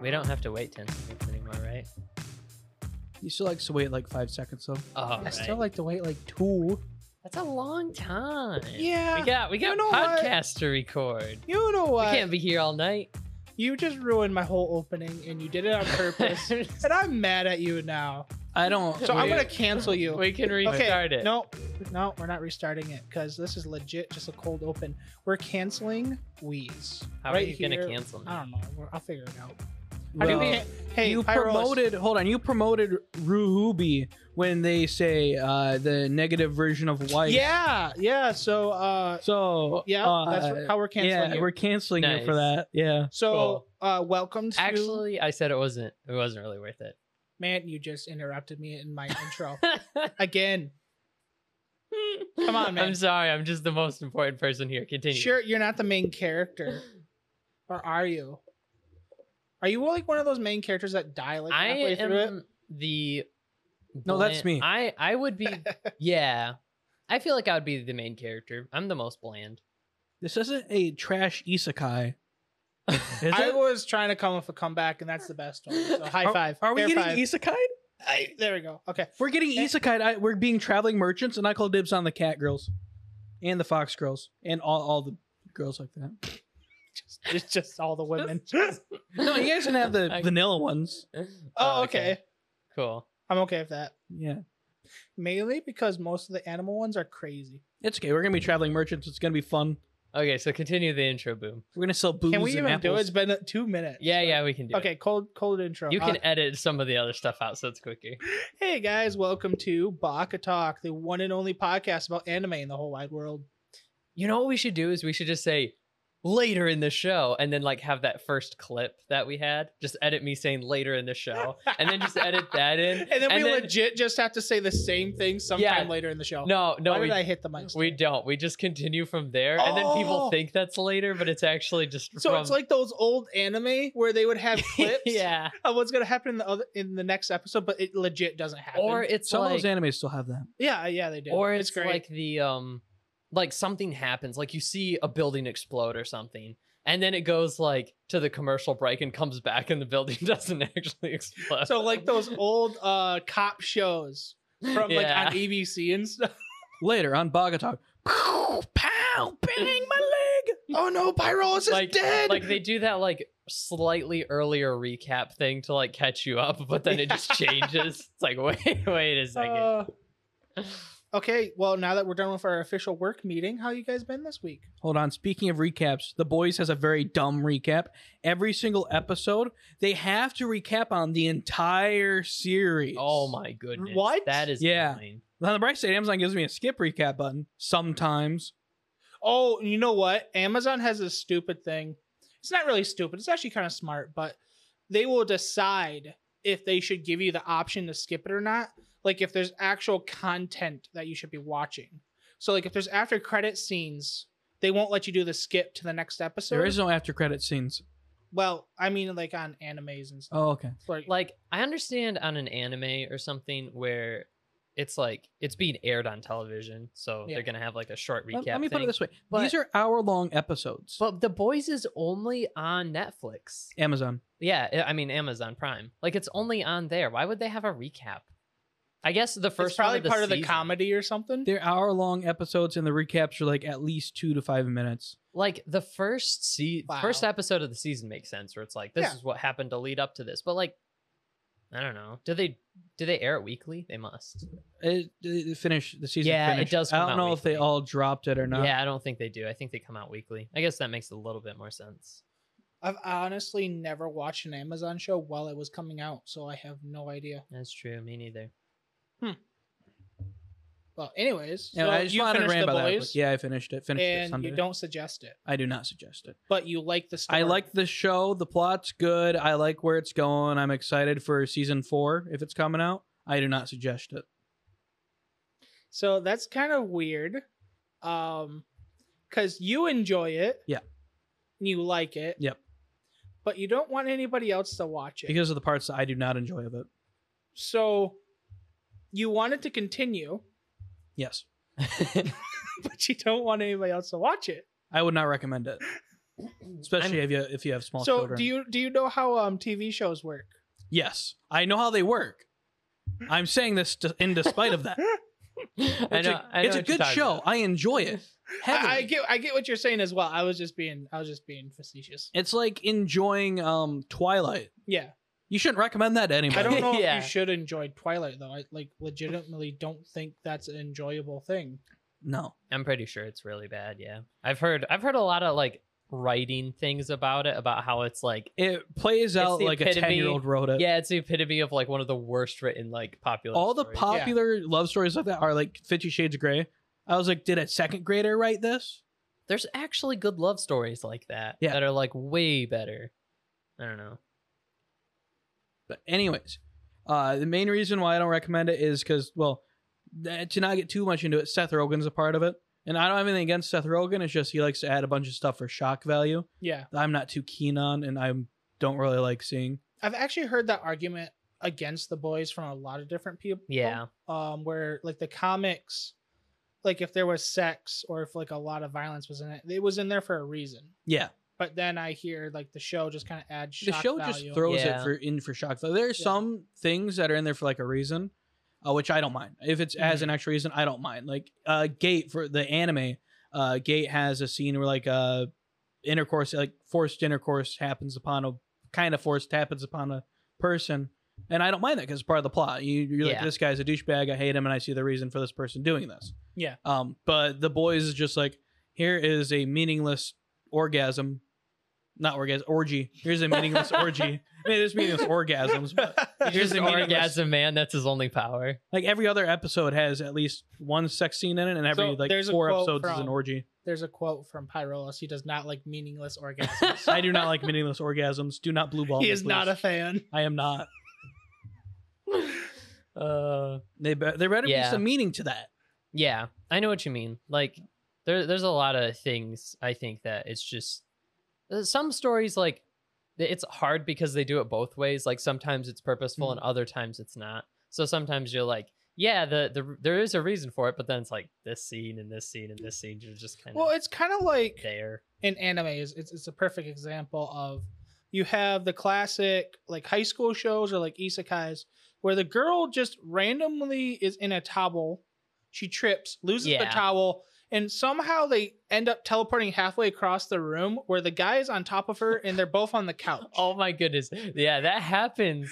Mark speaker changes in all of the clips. Speaker 1: We don't have to wait 10 seconds anymore, right?
Speaker 2: You still like to wait like five seconds though.
Speaker 1: Oh,
Speaker 2: I still like to wait like two.
Speaker 1: That's a long time.
Speaker 2: Yeah.
Speaker 1: We got we got
Speaker 2: You know what?
Speaker 1: podcasts to record.
Speaker 2: You know
Speaker 1: We
Speaker 2: what?
Speaker 1: can't be here all night.
Speaker 2: You just ruined my whole opening, and you did it on purpose. and I'm mad at you now.
Speaker 3: I don't.
Speaker 2: So I'm
Speaker 1: Wait.
Speaker 2: gonna cancel you.
Speaker 1: we can restart it.
Speaker 2: No, no, we're not restarting it because this is legit just a cold open. We're canceling Wheeze.
Speaker 1: How
Speaker 2: right
Speaker 1: are you going
Speaker 2: here. Um,
Speaker 1: to cancel me?
Speaker 2: I don't know. We're, I'll figure it out.
Speaker 1: How do
Speaker 3: well,
Speaker 1: we-
Speaker 2: Hey,
Speaker 3: you
Speaker 2: Pyros,
Speaker 3: promoted. Hold on. You promoted Ruhubi when they say uh, the negative version of life.
Speaker 2: Yeah, yeah. So, uh,
Speaker 3: So
Speaker 2: yeah,
Speaker 3: uh,
Speaker 2: that's how we're canceling.
Speaker 3: yeah,
Speaker 2: you.
Speaker 3: we're canceling you for
Speaker 1: Nice.
Speaker 3: that. Yeah.
Speaker 2: so, uh, welcome to
Speaker 1: Actually, I said it wasn't. It wasn't really worth it.
Speaker 2: man. You just interrupted me in my intro again. Come on, man.
Speaker 1: I'm sorry. I'm just the most important person here. Continue.
Speaker 2: Sure, you're not the main character, or are you? Are you like one of those main characters that die like
Speaker 1: I
Speaker 2: halfway through it?
Speaker 1: am the.
Speaker 3: No, that's
Speaker 1: bland-
Speaker 3: me.
Speaker 1: I I would be. yeah, I feel like I would be the main character. I'm the most bland.
Speaker 3: This isn't a trash isekai. Is
Speaker 2: I
Speaker 3: it?
Speaker 2: was trying to come up with a comeback, and that's the best one. So high
Speaker 3: Are-
Speaker 2: five.
Speaker 3: Are we
Speaker 2: Fair
Speaker 3: getting
Speaker 2: five.
Speaker 3: isekai?
Speaker 2: I- there we go. Okay.
Speaker 3: We're getting
Speaker 2: Eh.
Speaker 3: isekai. I, we're being traveling merchants, and I call dibs on the cat girls, and the fox girls, and all, all the girls like that.
Speaker 2: Just, it's just all the women.
Speaker 3: Oh, No, you guys can have the
Speaker 1: I-
Speaker 3: vanilla ones.
Speaker 2: oh, okay.
Speaker 1: Cool.
Speaker 2: I'm okay with that.
Speaker 3: Yeah,
Speaker 2: Mainly because most of the animal ones are crazy.
Speaker 3: it's okay. We're gonna be traveling merchants. It's gonna be fun.
Speaker 1: Okay, so continue the intro boom.
Speaker 3: We're gonna sell booze.
Speaker 2: Can we
Speaker 3: and
Speaker 2: even do it?
Speaker 3: apples.
Speaker 2: It's been uh, two minutes.
Speaker 1: Yeah, yeah, we can do. it.
Speaker 2: Okay, cold cold intro.
Speaker 1: You
Speaker 2: Uh,
Speaker 1: can edit some of the other stuff out so it's quicker.
Speaker 2: Hey guys, welcome to Baka Talk, the one and only podcast about anime in the whole wide world.
Speaker 1: You know what we should do is we should just say later in the show and then like have that first clip that we had. Just edit me saying later in the show and then just edit that in.
Speaker 2: And then we legit just have to say the same thing sometime later in the show.
Speaker 1: No, no,
Speaker 2: Why
Speaker 1: we,
Speaker 2: did I hit the mic?
Speaker 1: we don't. We just continue from there and then people
Speaker 2: Oh!
Speaker 1: think that's later, but it's actually just
Speaker 2: So
Speaker 1: from,
Speaker 2: it's like those old anime where they would have clips
Speaker 1: yeah.
Speaker 2: of what's gonna happen in the other in the next episode, but it legit doesn't happen.
Speaker 1: Or it's
Speaker 3: Some
Speaker 1: like
Speaker 3: of those animes still have that.
Speaker 2: yeah, uh, yeah, they do.
Speaker 1: or
Speaker 2: it's,
Speaker 1: it's,
Speaker 2: great.
Speaker 1: like the um like something happens like you see a building explode or something and then it goes like to the commercial break and comes back and the building doesn't actually explode
Speaker 2: so like those old uh cop shows from like
Speaker 1: Yeah.
Speaker 2: on ABC and stuff.
Speaker 3: Later on Bogota. Pow, pow, bang my leg. Oh no, Pyros is
Speaker 1: like
Speaker 3: dead.
Speaker 1: like they do that like slightly earlier recap thing to like catch you up but then it just changes it's like wait wait a second
Speaker 2: Uh, okay, well now that we're done with our official work meeting, how you guys been this week?
Speaker 3: Hold on. Speaking of recaps, The Boys has a very dumb recap. Every single episode, they have to recap on the entire series.
Speaker 1: oh my goodness
Speaker 2: What?
Speaker 1: that is
Speaker 3: Yeah.
Speaker 1: insane.
Speaker 3: On the bright side, Amazon gives me a skip recap button sometimes.
Speaker 2: Oh, you know what? Amazon has this stupid thing. It's not really stupid. It's actually kind of smart, but they will decide if they should give you the option to skip it or not. Like if there's actual content that you should be watching. So like if there's after credit scenes, they won't let you do the skip to the next episode.
Speaker 3: There is no after credit scenes.
Speaker 2: well, I mean like on animes and stuff.
Speaker 3: Oh, okay.
Speaker 2: Like,
Speaker 1: like I understand on an anime or something where it's like it's being aired on television, so
Speaker 2: Yeah.
Speaker 1: they're gonna have like a short recap.
Speaker 3: Let, let me put it
Speaker 1: thing.
Speaker 3: this way
Speaker 1: But-
Speaker 3: These are hour long episodes.
Speaker 1: But The Boys is only on Netflix.
Speaker 3: Amazon.
Speaker 1: Yeah, I- I mean Amazon Prime. Like it's only on there. Why would they have a recap? I guess the first
Speaker 2: it's
Speaker 1: one
Speaker 2: probably
Speaker 1: of the
Speaker 2: part of the
Speaker 1: season-
Speaker 2: comedy or something.
Speaker 3: They're hour long episodes, and the recaps are like at least two to five minutes.
Speaker 1: Like the first se-
Speaker 2: Wow.
Speaker 1: first episode of the season makes sense, where it's like this
Speaker 2: Yeah.
Speaker 1: is what happened to lead up to this. But like, I don't know. Do they do they air it weekly? They must.
Speaker 3: It, it finish the season.
Speaker 1: Yeah, it
Speaker 3: finished.
Speaker 1: does
Speaker 3: I
Speaker 1: come
Speaker 3: don't
Speaker 1: out
Speaker 3: know if they
Speaker 1: weekly.
Speaker 3: all dropped it or not.
Speaker 1: Yeah, I don't think they do. I think they come out weekly. I guess that makes a little bit more sense.
Speaker 2: I've honestly never watched an Amazon show while it was coming out, so I have no idea.
Speaker 1: That's true. Me neither.
Speaker 2: Well, anyways,
Speaker 3: Yeah,
Speaker 2: so
Speaker 3: I just
Speaker 2: you
Speaker 3: wanted to
Speaker 2: finished
Speaker 3: rant
Speaker 2: the
Speaker 3: about that.
Speaker 2: boys.
Speaker 3: but Yeah, I finished it. Finished it
Speaker 2: and
Speaker 3: Sunday.
Speaker 2: you don't suggest it,
Speaker 3: I do not suggest it.
Speaker 2: but you like the story.
Speaker 3: I like the show. The plot's good. I like where it's going. I'm excited for season four if it's coming out. I do not suggest it.
Speaker 2: so that's kind of weird, um, because you enjoy it,
Speaker 3: Yeah.
Speaker 2: and you like it,
Speaker 3: Yep.
Speaker 2: but you don't want anybody else to watch it
Speaker 3: Because of the parts that I do not enjoy of it.
Speaker 2: so you want it to continue,
Speaker 3: Yes.
Speaker 2: but you don't want anybody else to watch it.
Speaker 3: I would not recommend it. especially if you if you have small
Speaker 2: so
Speaker 3: children.
Speaker 2: do you do you know how um TV shows work?
Speaker 3: yes, I know how they work. I'm saying this to, in despite of that.
Speaker 1: I
Speaker 3: It's
Speaker 1: know,
Speaker 3: a-
Speaker 1: I know
Speaker 3: it's a
Speaker 1: what you're
Speaker 3: good
Speaker 1: talking
Speaker 3: show.
Speaker 1: about.
Speaker 3: I enjoy it. Heavily.
Speaker 2: I, I get I get what you're saying as well. I was just being I was just being facetious.
Speaker 3: it's like enjoying um Twilight.
Speaker 2: Yeah,
Speaker 3: You shouldn't recommend that to anybody.
Speaker 2: I don't know
Speaker 1: Yeah.
Speaker 2: if you should enjoy Twilight though. I like legitimately don't think that's an enjoyable thing.
Speaker 3: No.
Speaker 1: I'm pretty sure it's really bad. Yeah, I've heard I've heard a lot of like writing things about it about how it's like
Speaker 3: It plays out
Speaker 1: the
Speaker 3: like a
Speaker 1: epitome-
Speaker 3: 10 year old wrote it.
Speaker 1: yeah, it's the epitome of like one of the worst written like popular.
Speaker 3: Uh, All the
Speaker 1: stories.
Speaker 3: popular love stories like that are like Fifty Shades of Grey. I was like, did a second grader write this?
Speaker 1: There's actually good love stories like that
Speaker 3: Yeah.
Speaker 1: that are like way better. I don't know.
Speaker 3: But anyways, uh, the main reason why I don't recommend it is because, well, th- to not get too much into it, Seth Rogen's a part of it, and I don't have anything against Seth Rogen. It's just he likes to add a bunch of stuff for shock value.
Speaker 2: Yeah,
Speaker 3: that I'm not too keen on, and I don't really like seeing.
Speaker 2: I've actually heard that argument against the boys from a lot of different people.
Speaker 1: Yeah,
Speaker 2: um where like the comics like if there was sex or if like a lot of violence was in it it was in there for a reason
Speaker 3: Yeah,
Speaker 2: but then i hear like the show just kind of adds
Speaker 3: the
Speaker 2: shock
Speaker 3: show
Speaker 2: value.
Speaker 3: just throws it
Speaker 1: Yeah.
Speaker 3: for in for shock value. There are
Speaker 2: Yeah.
Speaker 3: some things that are in there for like a reason, uh, which I don't mind. If it's as an extra reason, I don't mind. Like uh, Gate for the anime, uh, Gate has a scene where like uh, intercourse, like forced intercourse, happens upon a kind of forced happens upon a person. And I don't mind that because it's part of the plot. You, you're like,
Speaker 1: Yeah.
Speaker 3: this guy's a douchebag. I hate him, and I see the reason for this person doing this.
Speaker 2: Yeah.
Speaker 3: Um, but the boys is just like, here is a meaningless orgasm, not orgasm, orgy. Here's a meaningless orgy. I mean, there's meaningless orgasms, but
Speaker 1: here's
Speaker 3: just
Speaker 1: an
Speaker 3: meaningless.
Speaker 1: orgasm man. That's his only power.
Speaker 3: like every other episode has at least one sex scene in it, and every
Speaker 2: So
Speaker 3: like
Speaker 2: there's a
Speaker 3: four
Speaker 2: quote
Speaker 3: episodes is an
Speaker 2: from-
Speaker 3: orgy.
Speaker 2: there's a quote from pyrolas he does not like meaningless orgasms
Speaker 3: I do not like meaningless orgasms. Do not blue ball.
Speaker 2: he
Speaker 3: me,
Speaker 2: is not a
Speaker 3: please.
Speaker 2: fan
Speaker 3: I am not.
Speaker 1: Uh,
Speaker 3: They be- there better be
Speaker 1: Yeah.
Speaker 3: some meaning to that.
Speaker 1: yeah, I know what you mean. Like there, there's a lot of things I think that it's just uh, some stories like th- it's hard because they do it both ways. Like sometimes it's purposeful and other times it's not. So sometimes you're like, yeah, the the there is a reason for it, but then it's like this scene and this scene and this scene you're just kind of
Speaker 2: well it's kind of like
Speaker 1: there.
Speaker 2: in anime is it's, it's a perfect example of you have the classic like high school shows or like isekais where the girl just randomly is in a towel she trips loses the
Speaker 1: Yeah.
Speaker 2: towel and somehow they end up teleporting halfway across the room where the guy is on top of her and they're both on the couch
Speaker 1: Oh my goodness. Yeah, that happens.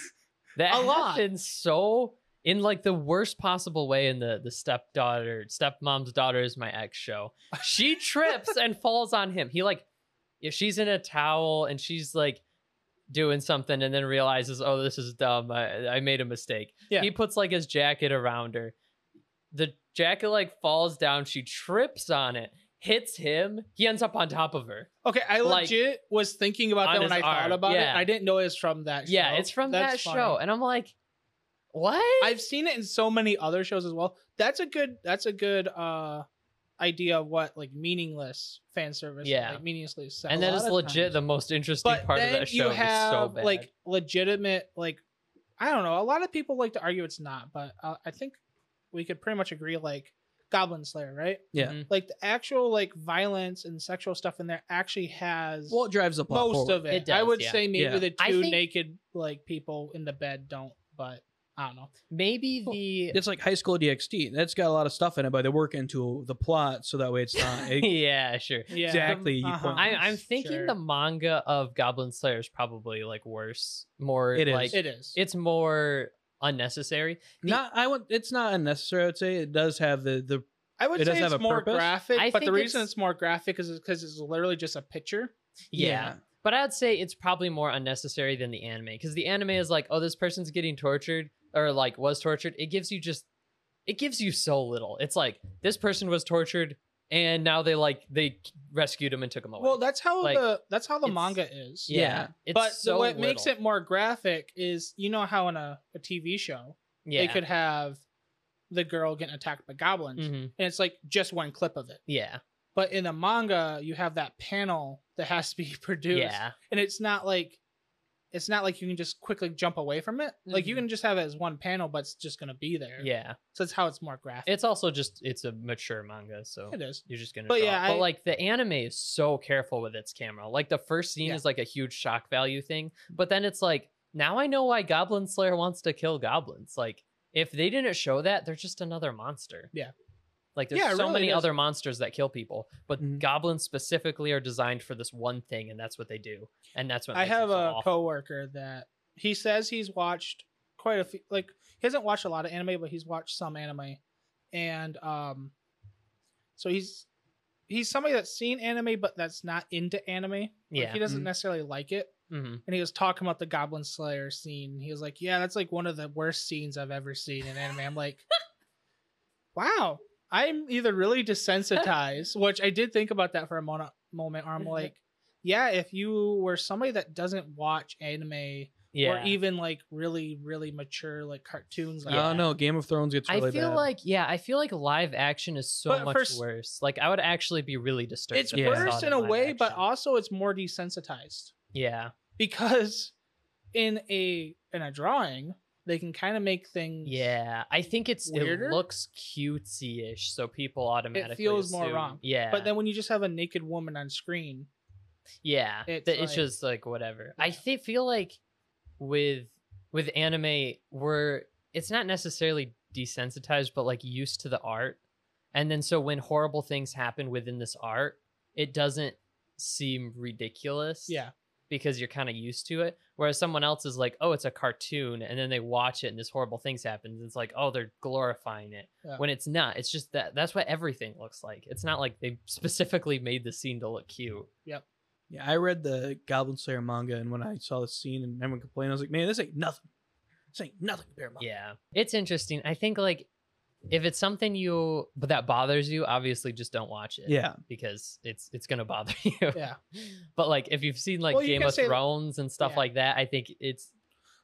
Speaker 1: That
Speaker 2: A lot.
Speaker 1: happens so in like the worst possible way in the the stepdaughter, stepmom's daughter is my ex show. She trips and falls on him. He like if she's in a towel and she's like doing something and then realizes, oh, this is dumb. I, I made a mistake.
Speaker 2: Yeah.
Speaker 1: He puts like his jacket around her. The jacket like falls down. She trips on it, hits him. He ends up on top of her.
Speaker 2: okay i
Speaker 1: Like,
Speaker 2: legit was thinking about
Speaker 1: on
Speaker 2: that when
Speaker 1: his
Speaker 2: i thought
Speaker 1: arm,
Speaker 2: about it
Speaker 1: yeah.
Speaker 2: i didn't know it's from that show.
Speaker 1: Yeah, it's from that
Speaker 2: That's funny.
Speaker 1: show. And I'm like, what?
Speaker 2: I've seen it in so many other shows as well. That's a good that's a good uh idea of what like meaningless fan service
Speaker 1: Yeah.
Speaker 2: like meaninglessly is
Speaker 1: and
Speaker 2: a
Speaker 1: that
Speaker 2: lot
Speaker 1: is
Speaker 2: of
Speaker 1: legit
Speaker 2: times.
Speaker 1: the most interesting
Speaker 2: but
Speaker 1: part of
Speaker 2: then
Speaker 1: that show
Speaker 2: you
Speaker 1: is
Speaker 2: have
Speaker 1: so bad.
Speaker 2: like legitimate like I don't know. A lot of people like to argue it's not, but uh, I think we could pretty much agree like Goblin Slayer, right?
Speaker 3: Yeah.
Speaker 1: Mhm.
Speaker 2: Like the actual like violence and sexual stuff in there actually has
Speaker 3: Well, it drives the plot
Speaker 2: most
Speaker 3: forward.
Speaker 2: of it.
Speaker 1: It
Speaker 2: I
Speaker 1: does,
Speaker 2: would
Speaker 1: yeah.
Speaker 2: say maybe
Speaker 3: Yeah.
Speaker 2: the
Speaker 1: I
Speaker 2: two
Speaker 1: think-
Speaker 2: naked like people in the bed don't, but I don't know.
Speaker 1: maybe the
Speaker 3: It's like High School DxD. That's got a lot of stuff in it, but they work into the plot so that way it's not.
Speaker 2: hmm.
Speaker 3: It,
Speaker 1: yeah, sure.
Speaker 2: Yeah. Uh-huh.
Speaker 3: Exactly, you point-
Speaker 1: I, I'm thinking
Speaker 2: Sure.
Speaker 1: the manga of Goblin Slayer is probably like worse, more
Speaker 3: It is.
Speaker 1: like
Speaker 2: It is.
Speaker 1: it's more unnecessary.
Speaker 3: not I would. It's not unnecessary. I would say it does have the the
Speaker 2: I would
Speaker 3: it does
Speaker 2: say
Speaker 3: have
Speaker 2: it's
Speaker 3: a
Speaker 2: more
Speaker 3: purpose.
Speaker 2: graphic,
Speaker 1: I
Speaker 2: but the
Speaker 1: think
Speaker 2: reason
Speaker 1: it's-
Speaker 2: it's more graphic is because it's literally just a picture.
Speaker 1: Yeah. But I'd say it's probably more unnecessary than the anime because the anime is like, oh, this person's getting tortured or like was tortured. It gives you just, it gives you so little. It's like this person was tortured and now they like they rescued him and took him away.
Speaker 2: Well, that's how
Speaker 1: Oh, Like,
Speaker 2: the that's how the
Speaker 1: it's-
Speaker 2: manga is.
Speaker 1: yeah,
Speaker 3: yeah.
Speaker 1: it's
Speaker 2: but
Speaker 1: so
Speaker 2: what makes
Speaker 1: little.
Speaker 2: it more graphic is you know how in a, a TV show
Speaker 1: yeah.
Speaker 2: they could have the girl getting attacked by goblins,
Speaker 1: Mhm.
Speaker 2: and it's like just one clip of it.
Speaker 1: Yeah.
Speaker 2: But in the manga, you have that panel that has to be produced,
Speaker 1: Yeah.
Speaker 2: and it's not like it's not like you can just quickly jump away from it. Like you
Speaker 1: Mhm.
Speaker 2: can just have it as one panel, but it's just gonna be there.
Speaker 1: Yeah.
Speaker 2: So that's how it's more graphic.
Speaker 1: It's also just it's a mature manga, so
Speaker 2: it is.
Speaker 1: you're just gonna
Speaker 2: But
Speaker 1: draw.
Speaker 2: yeah,
Speaker 1: but
Speaker 2: I-
Speaker 1: like the anime is so careful with its camera like the first scene
Speaker 2: Yeah.
Speaker 1: is like a huge shock value thing but then it's like now i know why goblin slayer wants to kill goblins like if they didn't show that they're just another monster
Speaker 2: Yeah.
Speaker 1: like there's
Speaker 2: Yeah, it
Speaker 1: so
Speaker 2: really
Speaker 1: many
Speaker 2: is. Mm-hmm.
Speaker 1: other monsters that kill people but
Speaker 3: Mhm.
Speaker 1: goblins specifically are designed for this one thing and that's what they do and that's what
Speaker 2: I
Speaker 1: makes them
Speaker 2: have
Speaker 1: so
Speaker 2: a
Speaker 1: awful.
Speaker 2: coworker that he says he's watched quite a few. Like he hasn't watched a lot of anime, but he's watched some anime, and um, so he's he's somebody that's seen anime, but that's not into anime. Like,
Speaker 1: Yeah. Mm-hmm.
Speaker 2: he doesn't
Speaker 3: Mhm.
Speaker 2: necessarily like it.
Speaker 1: Mhm.
Speaker 2: And he was talking about the Goblin Slayer scene. He was like, "Yeah, that's like one of the worst scenes I've ever seen in anime." I'm like, "Wow." I'm either really desensitized, which I did think about that for a mon- moment. Or I'm like, yeah, if you were somebody that doesn't watch anime
Speaker 1: yeah
Speaker 2: or even like really, really mature like cartoons, like
Speaker 3: I don't
Speaker 2: that.
Speaker 3: know. uh, Game of Thrones gets really
Speaker 1: I feel
Speaker 3: bad.
Speaker 1: like yeah, I feel like live action is so
Speaker 2: But
Speaker 1: much
Speaker 2: first-
Speaker 1: worse. Like I would actually be really disturbed.
Speaker 2: It's
Speaker 1: if I saw
Speaker 3: Yeah.
Speaker 2: worse
Speaker 1: it
Speaker 2: in a
Speaker 1: live
Speaker 2: way, but
Speaker 1: action.
Speaker 2: also it's more desensitized
Speaker 1: yeah,
Speaker 2: because in a in a drawing they can kind of make things
Speaker 1: yeah. I think it's
Speaker 2: Weirder?
Speaker 1: it looks cutesy-ish, so people automatically
Speaker 2: feels more
Speaker 1: assume-
Speaker 2: wrong.
Speaker 1: Yeah,
Speaker 2: But then when you just have a naked woman on screen,
Speaker 1: yeah,
Speaker 2: it's
Speaker 1: it's, it's
Speaker 2: like-
Speaker 1: just like whatever. I thi- feel like with with anime, we're it's not necessarily desensitized, but like used to the art, and then so when horrible things happen within this art, it doesn't seem ridiculous.
Speaker 2: yeah,
Speaker 1: because you're kind of used to it. Whereas someone else is like, oh, it's a cartoon, and then they watch it and this horrible things happens. It's like, oh, they're glorifying it
Speaker 2: Yeah.
Speaker 1: when it's not. It's just that that's what everything looks like. It's not like they specifically made the scene to look cute.
Speaker 3: yeah, I read the Goblin Slayer manga, and when I saw the scene and everyone complained, I was like, man, this ain't nothing. This ain't nothing compared to manga.
Speaker 1: Yeah, it's interesting. I think like if it's something you but that bothers you, obviously just don't watch it.
Speaker 3: Yeah.
Speaker 1: because it's it's gonna bother you.
Speaker 2: yeah.
Speaker 1: But like if you've seen like
Speaker 2: Well, you
Speaker 1: Game
Speaker 2: can
Speaker 1: of
Speaker 2: say that-
Speaker 1: Thrones and stuff
Speaker 2: yeah.
Speaker 1: like that, I think it's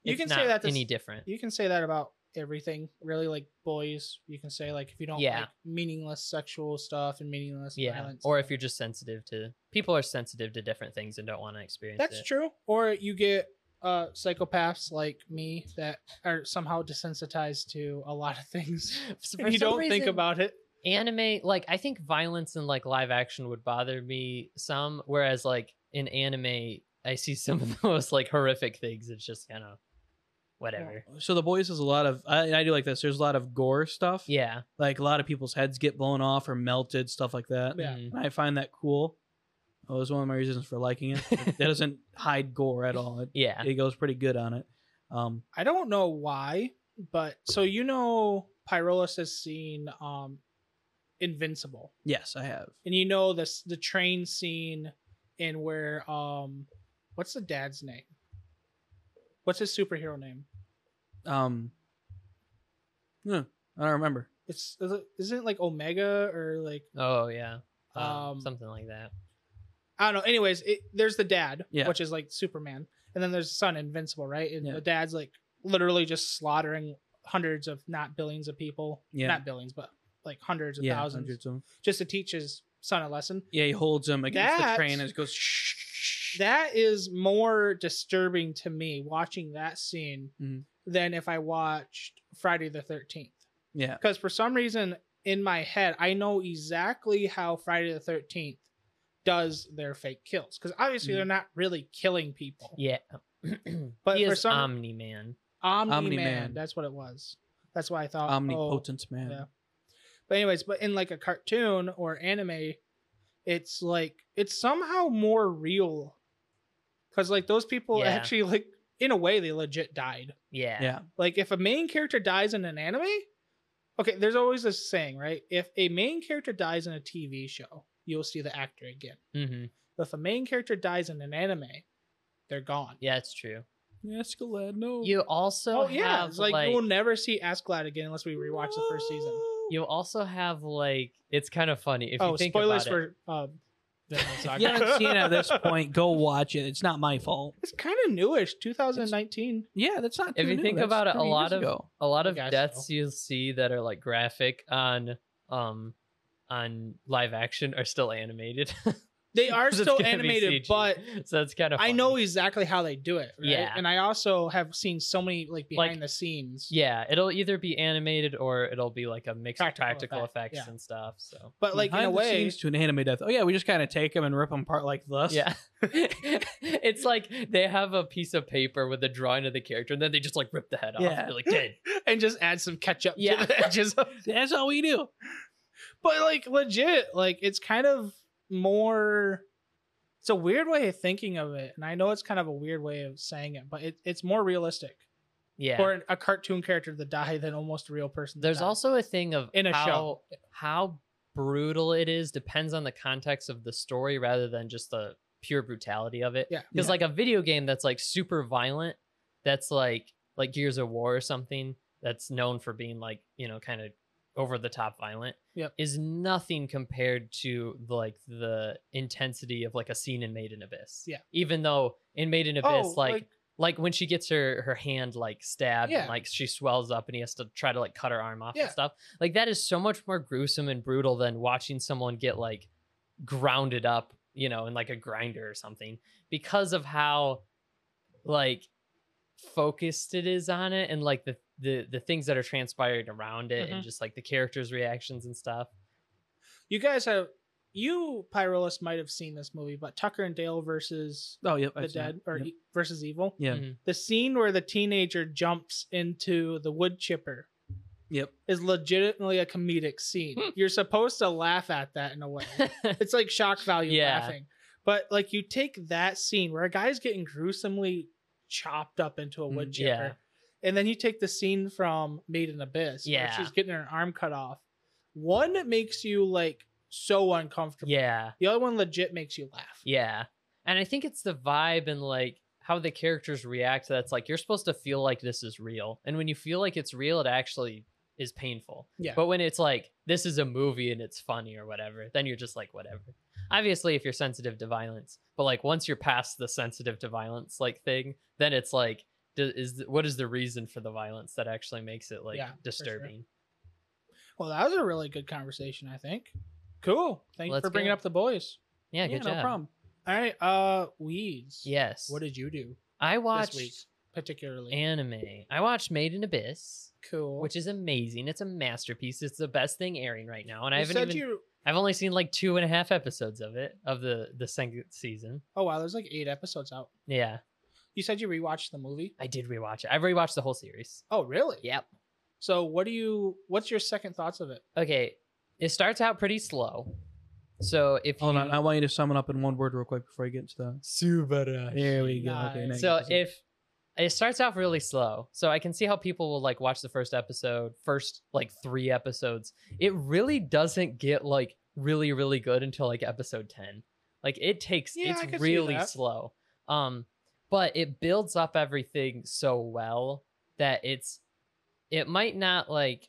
Speaker 2: You
Speaker 1: it's
Speaker 2: can say
Speaker 1: not
Speaker 2: that this-
Speaker 1: any different.
Speaker 2: You can say that about everything, really. Like boys, you can say like if you don't
Speaker 1: Yeah.
Speaker 2: like meaningless sexual stuff and meaningless
Speaker 1: yeah
Speaker 2: violence,
Speaker 1: or
Speaker 2: stuff.
Speaker 1: if you're just sensitive to people are sensitive to different things and don't want to experience
Speaker 2: That's
Speaker 1: it.
Speaker 2: true. Or you get uh psychopaths like me that are somehow desensitized to a lot of things.
Speaker 1: S-
Speaker 2: and
Speaker 1: for
Speaker 2: you
Speaker 1: some
Speaker 2: don't think
Speaker 1: reason,
Speaker 2: about it.
Speaker 1: anime like i think violence in like live action would bother me some whereas like in anime i see some of the most like horrific things it's just kind of whatever
Speaker 3: So the boys is a lot of I, I do like this. There's a lot of gore stuff.
Speaker 1: yeah
Speaker 3: Like a lot of people's heads get blown off or melted, stuff like that.
Speaker 2: Yeah.
Speaker 1: mhm.
Speaker 3: And I find that cool. It was one of my reasons for liking it. That doesn't hide gore at all. It,
Speaker 1: yeah
Speaker 3: it goes pretty good on it. Um,
Speaker 2: I don't know why, but so you know Pyrolus has seen um Invincible.
Speaker 3: yes, I have.
Speaker 2: And you know this the train scene in where um what's the dad's name? What's his superhero name?
Speaker 3: Um, huh, I don't remember.
Speaker 2: It's is it- isn't it like Omega or like
Speaker 1: oh yeah um,
Speaker 2: Um,
Speaker 1: something like that
Speaker 2: I don't know. Anyways, it, there's the dad,
Speaker 3: Yeah.
Speaker 2: which is like Superman, and then there's the son, Invincible, right? And
Speaker 3: Yeah.
Speaker 2: the dad's like literally just slaughtering hundreds of not billions of people,
Speaker 3: Yeah.
Speaker 2: not billions, but like hundreds of
Speaker 3: yeah,
Speaker 2: thousands,
Speaker 3: hundreds of 'em.
Speaker 2: just to teach his son a lesson.
Speaker 3: Yeah, he holds him against
Speaker 2: That-
Speaker 3: the train and it goes. Shh.
Speaker 2: That is more disturbing to me watching that scene
Speaker 3: Mhm.
Speaker 2: than if I watched Friday the Thirteenth,
Speaker 3: yeah,
Speaker 2: because for some reason in my head I know exactly how Friday the Thirteenth does their fake kills, because obviously
Speaker 3: Mhm.
Speaker 2: they're not really killing people.
Speaker 1: yeah
Speaker 2: But
Speaker 1: he
Speaker 2: for
Speaker 1: is
Speaker 2: some
Speaker 1: omni man
Speaker 2: Omni, Man.
Speaker 3: Omni-Man.
Speaker 2: That's what it was. That's why I thought. Oh.
Speaker 3: omnipotent man.
Speaker 2: yeah. But anyways, but in like a cartoon or anime, it's like it's somehow more real, because like those people
Speaker 1: Yeah.
Speaker 2: actually like in a way they legit died.
Speaker 1: yeah
Speaker 3: Yeah.
Speaker 2: Like if a main character dies in an anime, okay, there's always this saying, right? If a main character dies in a TV show, you'll see the actor again.
Speaker 1: hmm
Speaker 2: But if a main character dies in an anime, they're gone.
Speaker 1: yeah it's true
Speaker 3: Yeah, Escalade, no.
Speaker 1: you also
Speaker 2: oh yeah,
Speaker 1: have,
Speaker 2: it's like, we'll never see Asglad again unless we rewatch the first season.
Speaker 1: You also have like it's kind of funny if
Speaker 2: oh,
Speaker 1: you think
Speaker 2: spoilers
Speaker 1: about it.
Speaker 2: for um, Vinland
Speaker 3: If
Speaker 2: Saga.
Speaker 3: you haven't seen it at this point, go watch it. It's not my fault.
Speaker 2: It's kind of newish, 2019.
Speaker 3: Yeah, that's not.
Speaker 1: If
Speaker 3: too
Speaker 1: you
Speaker 3: new.
Speaker 1: think
Speaker 3: That's
Speaker 1: about it, a
Speaker 3: three
Speaker 1: lot
Speaker 3: years
Speaker 1: of-
Speaker 3: ago.
Speaker 1: a lot
Speaker 2: I
Speaker 1: of
Speaker 2: guess
Speaker 1: deaths
Speaker 2: so.
Speaker 1: you'll see that are like graphic on um on live action are still animated.
Speaker 2: They are
Speaker 1: 'Cause it's
Speaker 2: still
Speaker 1: gonna be
Speaker 2: animated,
Speaker 1: CG.
Speaker 2: but
Speaker 1: so it's kind of.
Speaker 2: I know exactly how they do it. Right?
Speaker 1: Yeah.
Speaker 2: And I also have seen so many like
Speaker 1: Like-
Speaker 2: behind the scenes.
Speaker 1: Yeah, it'll either be animated or it'll be like a mix of
Speaker 2: Practical
Speaker 1: practical
Speaker 2: effect,
Speaker 1: effects
Speaker 2: yeah.
Speaker 1: and stuff. So
Speaker 2: But like in
Speaker 3: Behind
Speaker 2: a
Speaker 3: the
Speaker 2: way,
Speaker 3: scenes to an anime death. Oh yeah, we just kind of take them and rip them apart like this.
Speaker 1: yeah, it's like they have a piece of paper with the drawing of the character, and then they just like rip the head off.
Speaker 3: Yeah.
Speaker 1: They're like dead.
Speaker 2: and just add some ketchup
Speaker 1: Yeah.
Speaker 2: to the edges.
Speaker 3: that's all we do.
Speaker 2: but like legit, like it's kind of more. It's a weird way of thinking of it, and I know it's kind of a weird way of saying it, but it, it's more realistic
Speaker 1: Yeah.
Speaker 2: for a cartoon character to die than almost a real person. to
Speaker 1: There's
Speaker 2: die.
Speaker 1: also a thing of
Speaker 2: In a
Speaker 1: how,
Speaker 2: show.
Speaker 1: how brutal it is depends on the context of the story rather than just the pure brutality of it.
Speaker 2: yeah,
Speaker 1: Because like a video game that's like super violent, that's like like Gears of War or something that's known for being like you know kind of over the top violent.
Speaker 2: Yep.
Speaker 1: Is nothing compared to like the intensity of like a scene in Maiden Abyss.
Speaker 2: Yeah.
Speaker 1: Even though in Maiden Abyss,
Speaker 2: oh,
Speaker 1: like like when she gets her her hand like stabbed
Speaker 2: Yeah.
Speaker 1: and like she swells up and he has to try to like cut her arm off
Speaker 2: Yeah.
Speaker 1: and stuff like that is so much more gruesome and brutal than watching someone get like grounded up you know in like a grinder or something because of how like focused it is on it and like the the, the things that are transpired around it and just like the characters reactions and stuff
Speaker 2: you guys have you Pyrolus might have seen this movie, but Tucker and Dale versus
Speaker 3: Oh yep.
Speaker 2: the
Speaker 3: I've seen it.
Speaker 2: dead or
Speaker 3: Yep.
Speaker 2: e- versus evil.
Speaker 3: yeah.
Speaker 1: Mhm.
Speaker 2: The scene where the teenager jumps into the wood chipper
Speaker 3: Yep.
Speaker 2: is legitimately a comedic scene. You're supposed to laugh at that in a way. It's like shock value
Speaker 1: Yeah.
Speaker 2: laughing. But like you take that scene where a guy's getting gruesomely chopped up into a wood
Speaker 3: Mm,
Speaker 2: chipper,
Speaker 1: yeah.
Speaker 2: and then you take the scene from Made in Abyss where
Speaker 1: Yeah.
Speaker 2: she's getting her arm cut off. One makes you like so uncomfortable.
Speaker 1: yeah
Speaker 2: The other one legit makes you laugh.
Speaker 1: Yeah. And I think it's the vibe and like how the characters react that's like you're supposed to feel like this is real. And when you feel like it's real, it actually is painful.
Speaker 2: Yeah.
Speaker 1: But when it's like this is a movie and it's funny or whatever, then you're just like whatever. Obviously, if you're sensitive to violence, but like once you're past the sensitive to violence like thing, then it's like d- is th- what is the reason for the violence that actually makes it like
Speaker 2: Yeah, for sure.
Speaker 1: disturbing?
Speaker 2: Well, that was a really good conversation, I think. Cool. Thank you
Speaker 1: Let's
Speaker 2: for bringing
Speaker 1: go.
Speaker 2: up the boys.
Speaker 1: Yeah,
Speaker 3: Yeah,
Speaker 1: good
Speaker 3: no
Speaker 1: job.
Speaker 3: problem.
Speaker 2: All right, uh weeds.
Speaker 1: Yes.
Speaker 2: What did you do
Speaker 1: I
Speaker 2: this week
Speaker 1: watched
Speaker 2: particularly?
Speaker 1: anime. I watched Made in Abyss.
Speaker 2: cool.
Speaker 1: which is amazing. It's a masterpiece. It's the best thing airing right now, and I
Speaker 2: You
Speaker 1: haven't
Speaker 2: said
Speaker 1: even.
Speaker 2: you-
Speaker 1: I've only seen like two and a half episodes of it of the the second season.
Speaker 2: Oh wow, there's like eight episodes out.
Speaker 1: Yeah,
Speaker 2: You said you rewatched the movie.
Speaker 1: I did rewatch it. I've rewatched the whole series.
Speaker 2: Oh really?
Speaker 1: Yep.
Speaker 2: So what do you? What's your second thoughts of it?
Speaker 1: Okay, it starts out pretty slow. So if
Speaker 3: Hold
Speaker 1: you,
Speaker 3: on. I want you to sum it up in one word real quick before I get to that. There we go. Okay. now
Speaker 2: Nice.
Speaker 3: you
Speaker 1: so
Speaker 3: can see.
Speaker 1: if it starts off really slow so i can see how people will like watch the first episode first like three episodes it really doesn't get like really really good until like episode 10 like it takes
Speaker 2: Yeah, I could
Speaker 1: it's
Speaker 2: see
Speaker 1: really
Speaker 2: that.
Speaker 1: slow um but it builds up everything so well that it's it might not like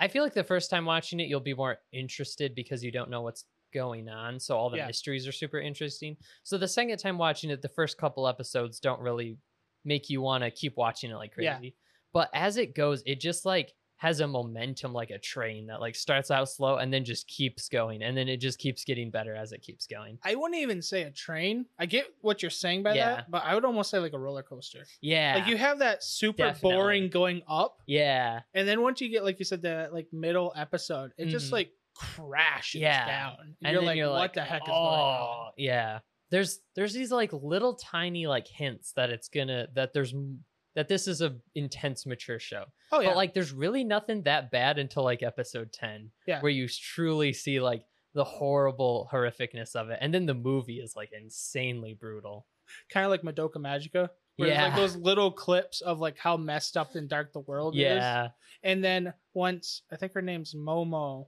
Speaker 1: i feel like the first time watching it you'll be more interested because you don't know what's going on so all the
Speaker 2: Yeah.
Speaker 1: mysteries are super interesting so the second time watching it the first couple episodes don't really make you want to keep watching it like crazy
Speaker 2: Yeah.
Speaker 1: but as it goes it just like has a momentum like a train that like starts out slow and then just keeps going and then it just keeps getting better as it keeps going
Speaker 2: I wouldn't even say a train. I get what you're saying by
Speaker 1: Yeah.
Speaker 2: that, but I would almost say like a roller coaster.
Speaker 1: yeah
Speaker 2: Like you have that super
Speaker 1: Definitely.
Speaker 2: boring going up,
Speaker 1: yeah
Speaker 2: and then once you get like you said the like middle episode, it just
Speaker 1: Mhm.
Speaker 2: like crashes
Speaker 1: Yeah.
Speaker 2: down. And,
Speaker 1: And
Speaker 2: you're
Speaker 1: then
Speaker 2: like,
Speaker 1: you're
Speaker 2: what
Speaker 1: like,
Speaker 2: the heck is
Speaker 1: oh
Speaker 2: going on?
Speaker 1: yeah there's there's these like little tiny like hints that it's gonna that there's m- that this is a intense mature show
Speaker 2: Oh yeah,
Speaker 1: but like there's really nothing that bad until like episode 10
Speaker 2: Yeah.
Speaker 1: where you truly see like the horrible horrificness of it and then the movie is like insanely brutal
Speaker 2: kind of like Madoka Magica. Where yeah,
Speaker 1: yeah
Speaker 2: like those little clips of like how messed up and dark the world is.
Speaker 1: yeah
Speaker 2: And then once I think her name's Momo,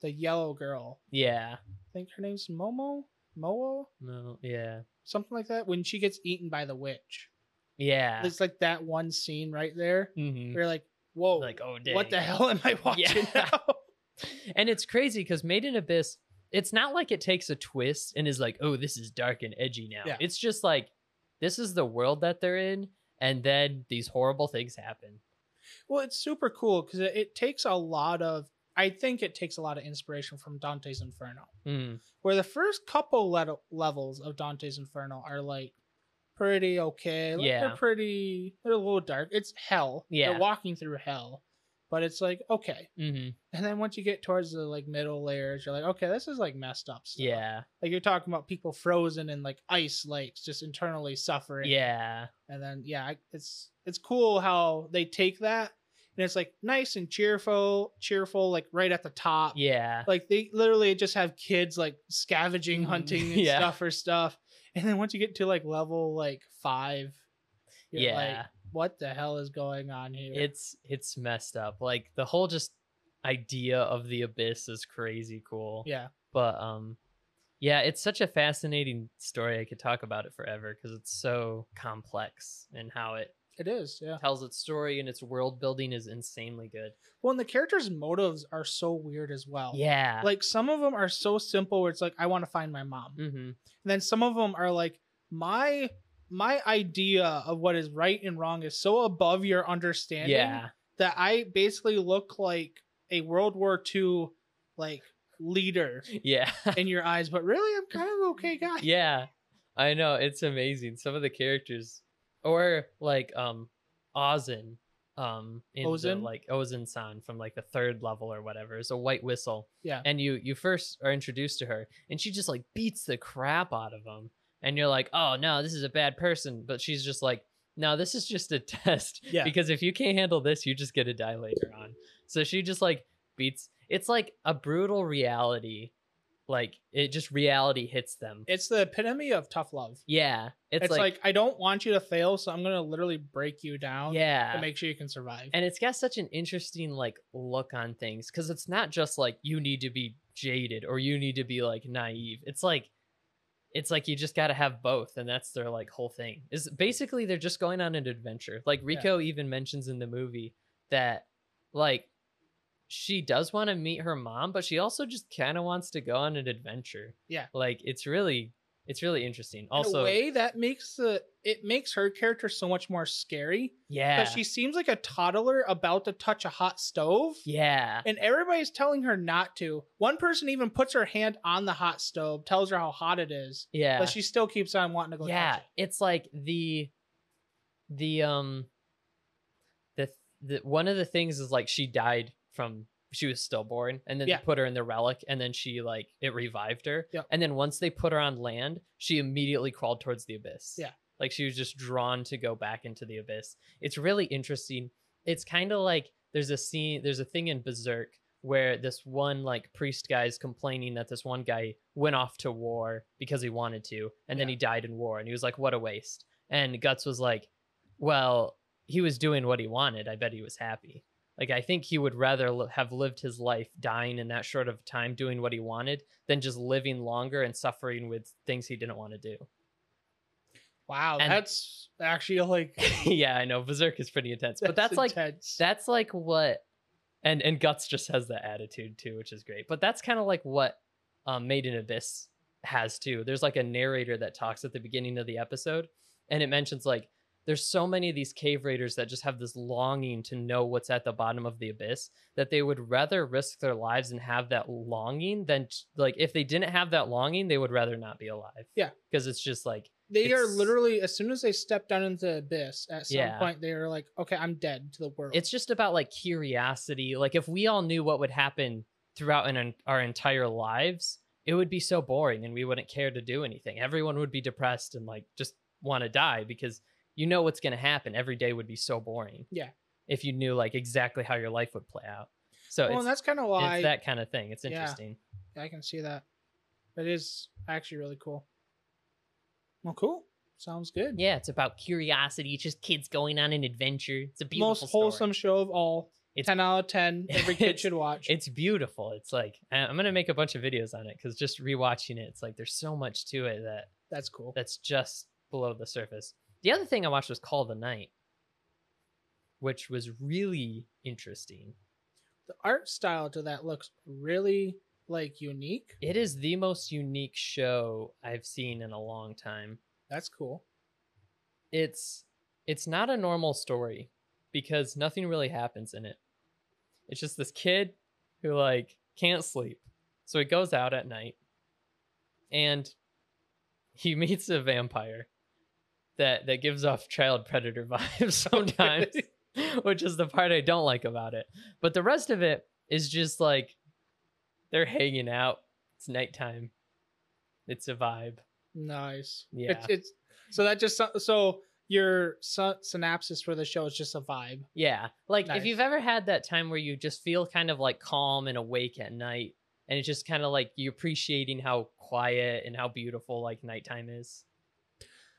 Speaker 2: the yellow girl.
Speaker 1: yeah
Speaker 2: I think her name's Momo, Momo,
Speaker 1: no yeah
Speaker 2: something like that. When she gets eaten by the witch,
Speaker 1: yeah
Speaker 2: it's like that one scene right there.
Speaker 1: Mhm.
Speaker 2: You're like, whoa,
Speaker 1: like oh dang.
Speaker 2: what the hell am I watching
Speaker 1: Yeah.
Speaker 2: now?
Speaker 1: and it's crazy because Made in Abyss, it's not like it takes a twist and is like, oh, this is dark and edgy now.
Speaker 2: Yeah.
Speaker 1: It's just like, this is the world that they're in, and then these horrible things happen.
Speaker 2: well, it's super cool because it, it takes a lot of I think it takes a lot of inspiration from Dante's Inferno,
Speaker 1: Mm,
Speaker 2: where the first couple le- levels of Dante's Inferno are like pretty okay. Like,
Speaker 1: Yeah.
Speaker 2: They're pretty, they're a little dark. It's hell.
Speaker 1: Yeah.
Speaker 2: They're walking through hell, but it's like, okay.
Speaker 1: hmm
Speaker 2: And then once you get towards the like middle layers, you're like, okay, this is like messed up stuff.
Speaker 1: Yeah.
Speaker 2: Like you're talking about people frozen in like ice lakes, just internally suffering.
Speaker 1: Yeah.
Speaker 2: And then yeah, I- it's it's cool how they take that and it's like nice and cheerful, cheerful like right at the top.
Speaker 1: Yeah.
Speaker 2: Like they literally just have kids like scavenging,
Speaker 1: Mhm.
Speaker 2: hunting and
Speaker 1: Yeah.
Speaker 2: stuff for stuff. And then once you get to like level like 5, you're
Speaker 1: Yeah.
Speaker 2: like what the hell is going on here?
Speaker 1: It's it's messed up. Like the whole just idea of the abyss is crazy cool.
Speaker 2: yeah.
Speaker 1: But um yeah, it's such a fascinating story. I could talk about it forever because it's so complex and how it
Speaker 2: It is. Yeah.
Speaker 1: tells its story and its world building is insanely good.
Speaker 2: Well, and the characters' motives are so weird as well.
Speaker 1: Yeah.
Speaker 2: Like some of them are so simple where it's like I want to find my mom. And
Speaker 1: mm-hmm.
Speaker 2: then some of them are like my my idea of what is right and wrong is so above your understanding
Speaker 1: Yeah.
Speaker 2: that I basically look like a World War II like leader
Speaker 1: Yeah.
Speaker 2: in your eyes, but really I'm kind of okay guy.
Speaker 1: yeah i know it's amazing some of the characters or like um ozin um in the,
Speaker 2: Ozan?
Speaker 1: like ozin san from like the third level or whatever is a white whistle
Speaker 2: Yeah.
Speaker 1: and you you first are introduced to her and she just like beats the crap out of him and you're like oh no this is a bad person but she's just like no this is just a test
Speaker 3: Yeah.
Speaker 1: because if you can't handle this you just get to die later on so she just like beats it's like a brutal reality like it just reality hits them
Speaker 2: It's the epitome of tough love.
Speaker 1: yeah, it's,
Speaker 2: It's,
Speaker 1: like,
Speaker 2: like, I don't want you to fail, so I'm gonna literally break you down
Speaker 1: yeah,
Speaker 2: to make sure you can survive.
Speaker 1: and it's got such an interesting like look on things because it's not just like you need to be jaded or you need to be like naive. It's like it's like you just got to have both, and that's their like whole thing. Is basically they're just going on an adventure. Like Rico even mentions in the movie that like she does want to meet her mom, but she also just kind of wants to go on an adventure.
Speaker 2: Yeah.
Speaker 1: like it's really it's really interesting.
Speaker 2: in a
Speaker 1: Also,
Speaker 2: way that makes the it makes her character so much more scary
Speaker 1: yeah,
Speaker 2: because she seems like a toddler about to touch a hot stove
Speaker 1: yeah.
Speaker 2: and everybody's telling her not to one person even puts her hand on the hot stove tells her how hot it is
Speaker 1: Yeah.
Speaker 2: but she still keeps on wanting to go
Speaker 1: yeah
Speaker 2: touch it.
Speaker 1: it's like the the um the, the one of the things is like she died from she was stillborn and then
Speaker 2: Yeah.
Speaker 1: they put her in the relic and then she like it revived her
Speaker 2: Yep.
Speaker 1: and then once they put her on land she immediately crawled towards the abyss
Speaker 2: Yeah.
Speaker 1: like she was just drawn to go back into the abyss it's really interesting it's kind of like there's a scene there's a thing in berserk where this one like priest guy is complaining that this one guy went off to war because he wanted to and then
Speaker 2: Yeah.
Speaker 1: he died in war and he was like what a waste and guts was like well he was doing what he wanted i bet he was happy like i think he would rather li- have lived his life dying in that short of time doing what he wanted than just living longer and suffering with things he didn't want to do
Speaker 2: wow
Speaker 1: And-
Speaker 2: that's actually like
Speaker 1: yeah i know berserk is pretty intense but that's like
Speaker 2: intense.
Speaker 1: that's like what and and guts just has that attitude too which is great but that's kind of like what um made in abyss has too there's like a narrator that talks at the beginning of the episode and it mentions like there's so many of these cave raiders that just have this longing to know what's at the bottom of the abyss that they would rather risk their lives and have that longing than t- like if they didn't have that longing they would rather not be alive
Speaker 2: Yeah.
Speaker 1: because it's just like
Speaker 2: they are
Speaker 1: it's-
Speaker 2: literally as soon as they step down into the abyss at some
Speaker 1: Yeah.
Speaker 2: point they are like okay i'm dead to the world
Speaker 1: it's just about like curiosity like if we all knew what would happen throughout an, our entire lives it would be so boring and we wouldn't care to do anything everyone would be depressed and like just want to die because you know what's going to happen every day would be so boring
Speaker 2: Yeah.
Speaker 1: if you knew like exactly how your life would play out so
Speaker 2: well, and
Speaker 1: it's,
Speaker 2: that's kind of why
Speaker 1: it's that kind of thing it's
Speaker 2: Yeah.
Speaker 1: interesting
Speaker 2: I can see that. That is actually really cool. Well, cool. Sounds good.
Speaker 1: yeah. it's about curiosity it's just kids going on an adventure it's a beautiful
Speaker 2: Most
Speaker 1: story.
Speaker 2: wholesome show of all.
Speaker 1: It's-
Speaker 2: ten out of ten. Every kid
Speaker 1: It's-
Speaker 2: should watch.
Speaker 1: it's beautiful it's like I- i'm gonna make a bunch of videos on it because just rewatching it it's like there's so much to it that
Speaker 2: That's cool.
Speaker 1: that's just below the surface. The other thing I watched was Call of the Night, which was really interesting.
Speaker 2: The art style to that looks really like unique.
Speaker 1: It is the most unique show I've seen in a long time.
Speaker 2: That's cool.
Speaker 1: It's it's not a normal story because nothing really happens in it. It's just this kid who like can't sleep. So he goes out at night and he meets a vampire that that gives off child predator vibes sometimes, which is the part I don't like about it. But the rest of it is just like they're hanging out. It's nighttime. It's a vibe.
Speaker 2: Nice.
Speaker 1: Yeah.
Speaker 2: It's, it's so that just so- so your sy- synopsis for the show is just a vibe.
Speaker 1: Yeah. Like if
Speaker 2: Nice.
Speaker 1: you've ever had that time where you just feel kind of like calm and awake at night and it's just kind of like you appreciating how quiet and how beautiful like nighttime is.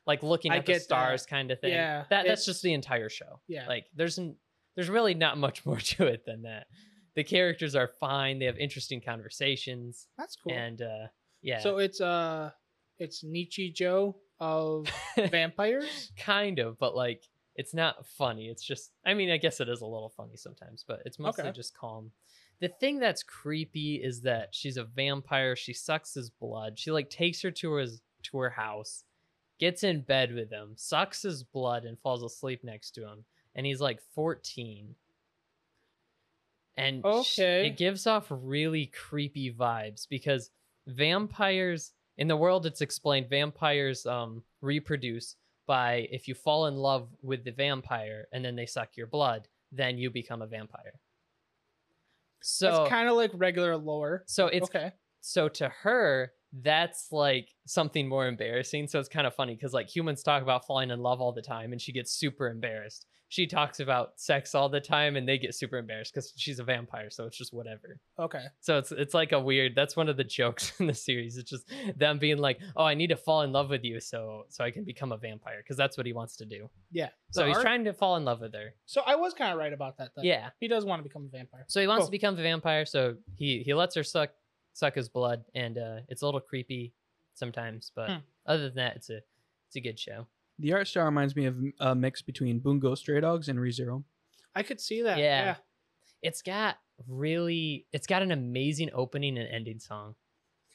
Speaker 1: Like looking
Speaker 2: I
Speaker 1: at the
Speaker 2: get that.
Speaker 1: stars kind of thing.
Speaker 2: Yeah,
Speaker 1: That that's
Speaker 2: it's-
Speaker 1: just the entire show.
Speaker 2: Yeah.
Speaker 1: Like there's n- there's really not much more to it than that. The characters are fine, they have interesting conversations
Speaker 2: That's cool.
Speaker 1: and uh yeah.
Speaker 2: So it's uh it's Nietzsche Joe of vampires.
Speaker 1: kind of, but like it's not funny. It's just I mean, I guess it is a little funny sometimes, but it's mostly
Speaker 2: Okay.
Speaker 1: just calm. The thing that's creepy is that she's a vampire. She sucks his blood. She like takes her to his to her house, gets in bed with him, sucks his blood and falls asleep next to him. And he's like 14. And sh-
Speaker 2: Okay.
Speaker 1: it gives off really creepy vibes because vampires in the world it's explained vampires um reproduce by if you fall in love with the vampire and then they suck your blood then you become a vampire so
Speaker 2: That's kind of like regular lore.
Speaker 1: so it's
Speaker 2: okay.
Speaker 1: so to her that's like something more embarrassing so it's kind of funny because like humans talk about falling in love all the time and she gets super embarrassed she talks about sex all the time and they get super embarrassed because she's a vampire so it's just whatever
Speaker 2: Okay.
Speaker 1: so it's it's like a weird. That's one of the jokes in the series. It's just them being like, "Oh, I need to fall in love with you so so I can become a vampire," because that's what he wants to do.
Speaker 2: Yeah.
Speaker 1: So
Speaker 2: The
Speaker 1: he's
Speaker 2: art-
Speaker 1: trying to fall in love with her.
Speaker 2: So I was kind of right about that. Though.
Speaker 1: Yeah.
Speaker 2: He does want to become a vampire.
Speaker 1: So he wants
Speaker 2: Cool.
Speaker 1: to become a vampire. So he he lets her suck suck his blood, and uh, it's a little creepy sometimes. But
Speaker 2: Hmm.
Speaker 1: other than that, it's a it's a good show.
Speaker 3: The art style reminds me of a mix between Bungo Stray Dogs and ReZero.
Speaker 2: I could see that.
Speaker 1: Yeah.
Speaker 2: Yeah.
Speaker 1: It's got really it's got an amazing opening and ending song.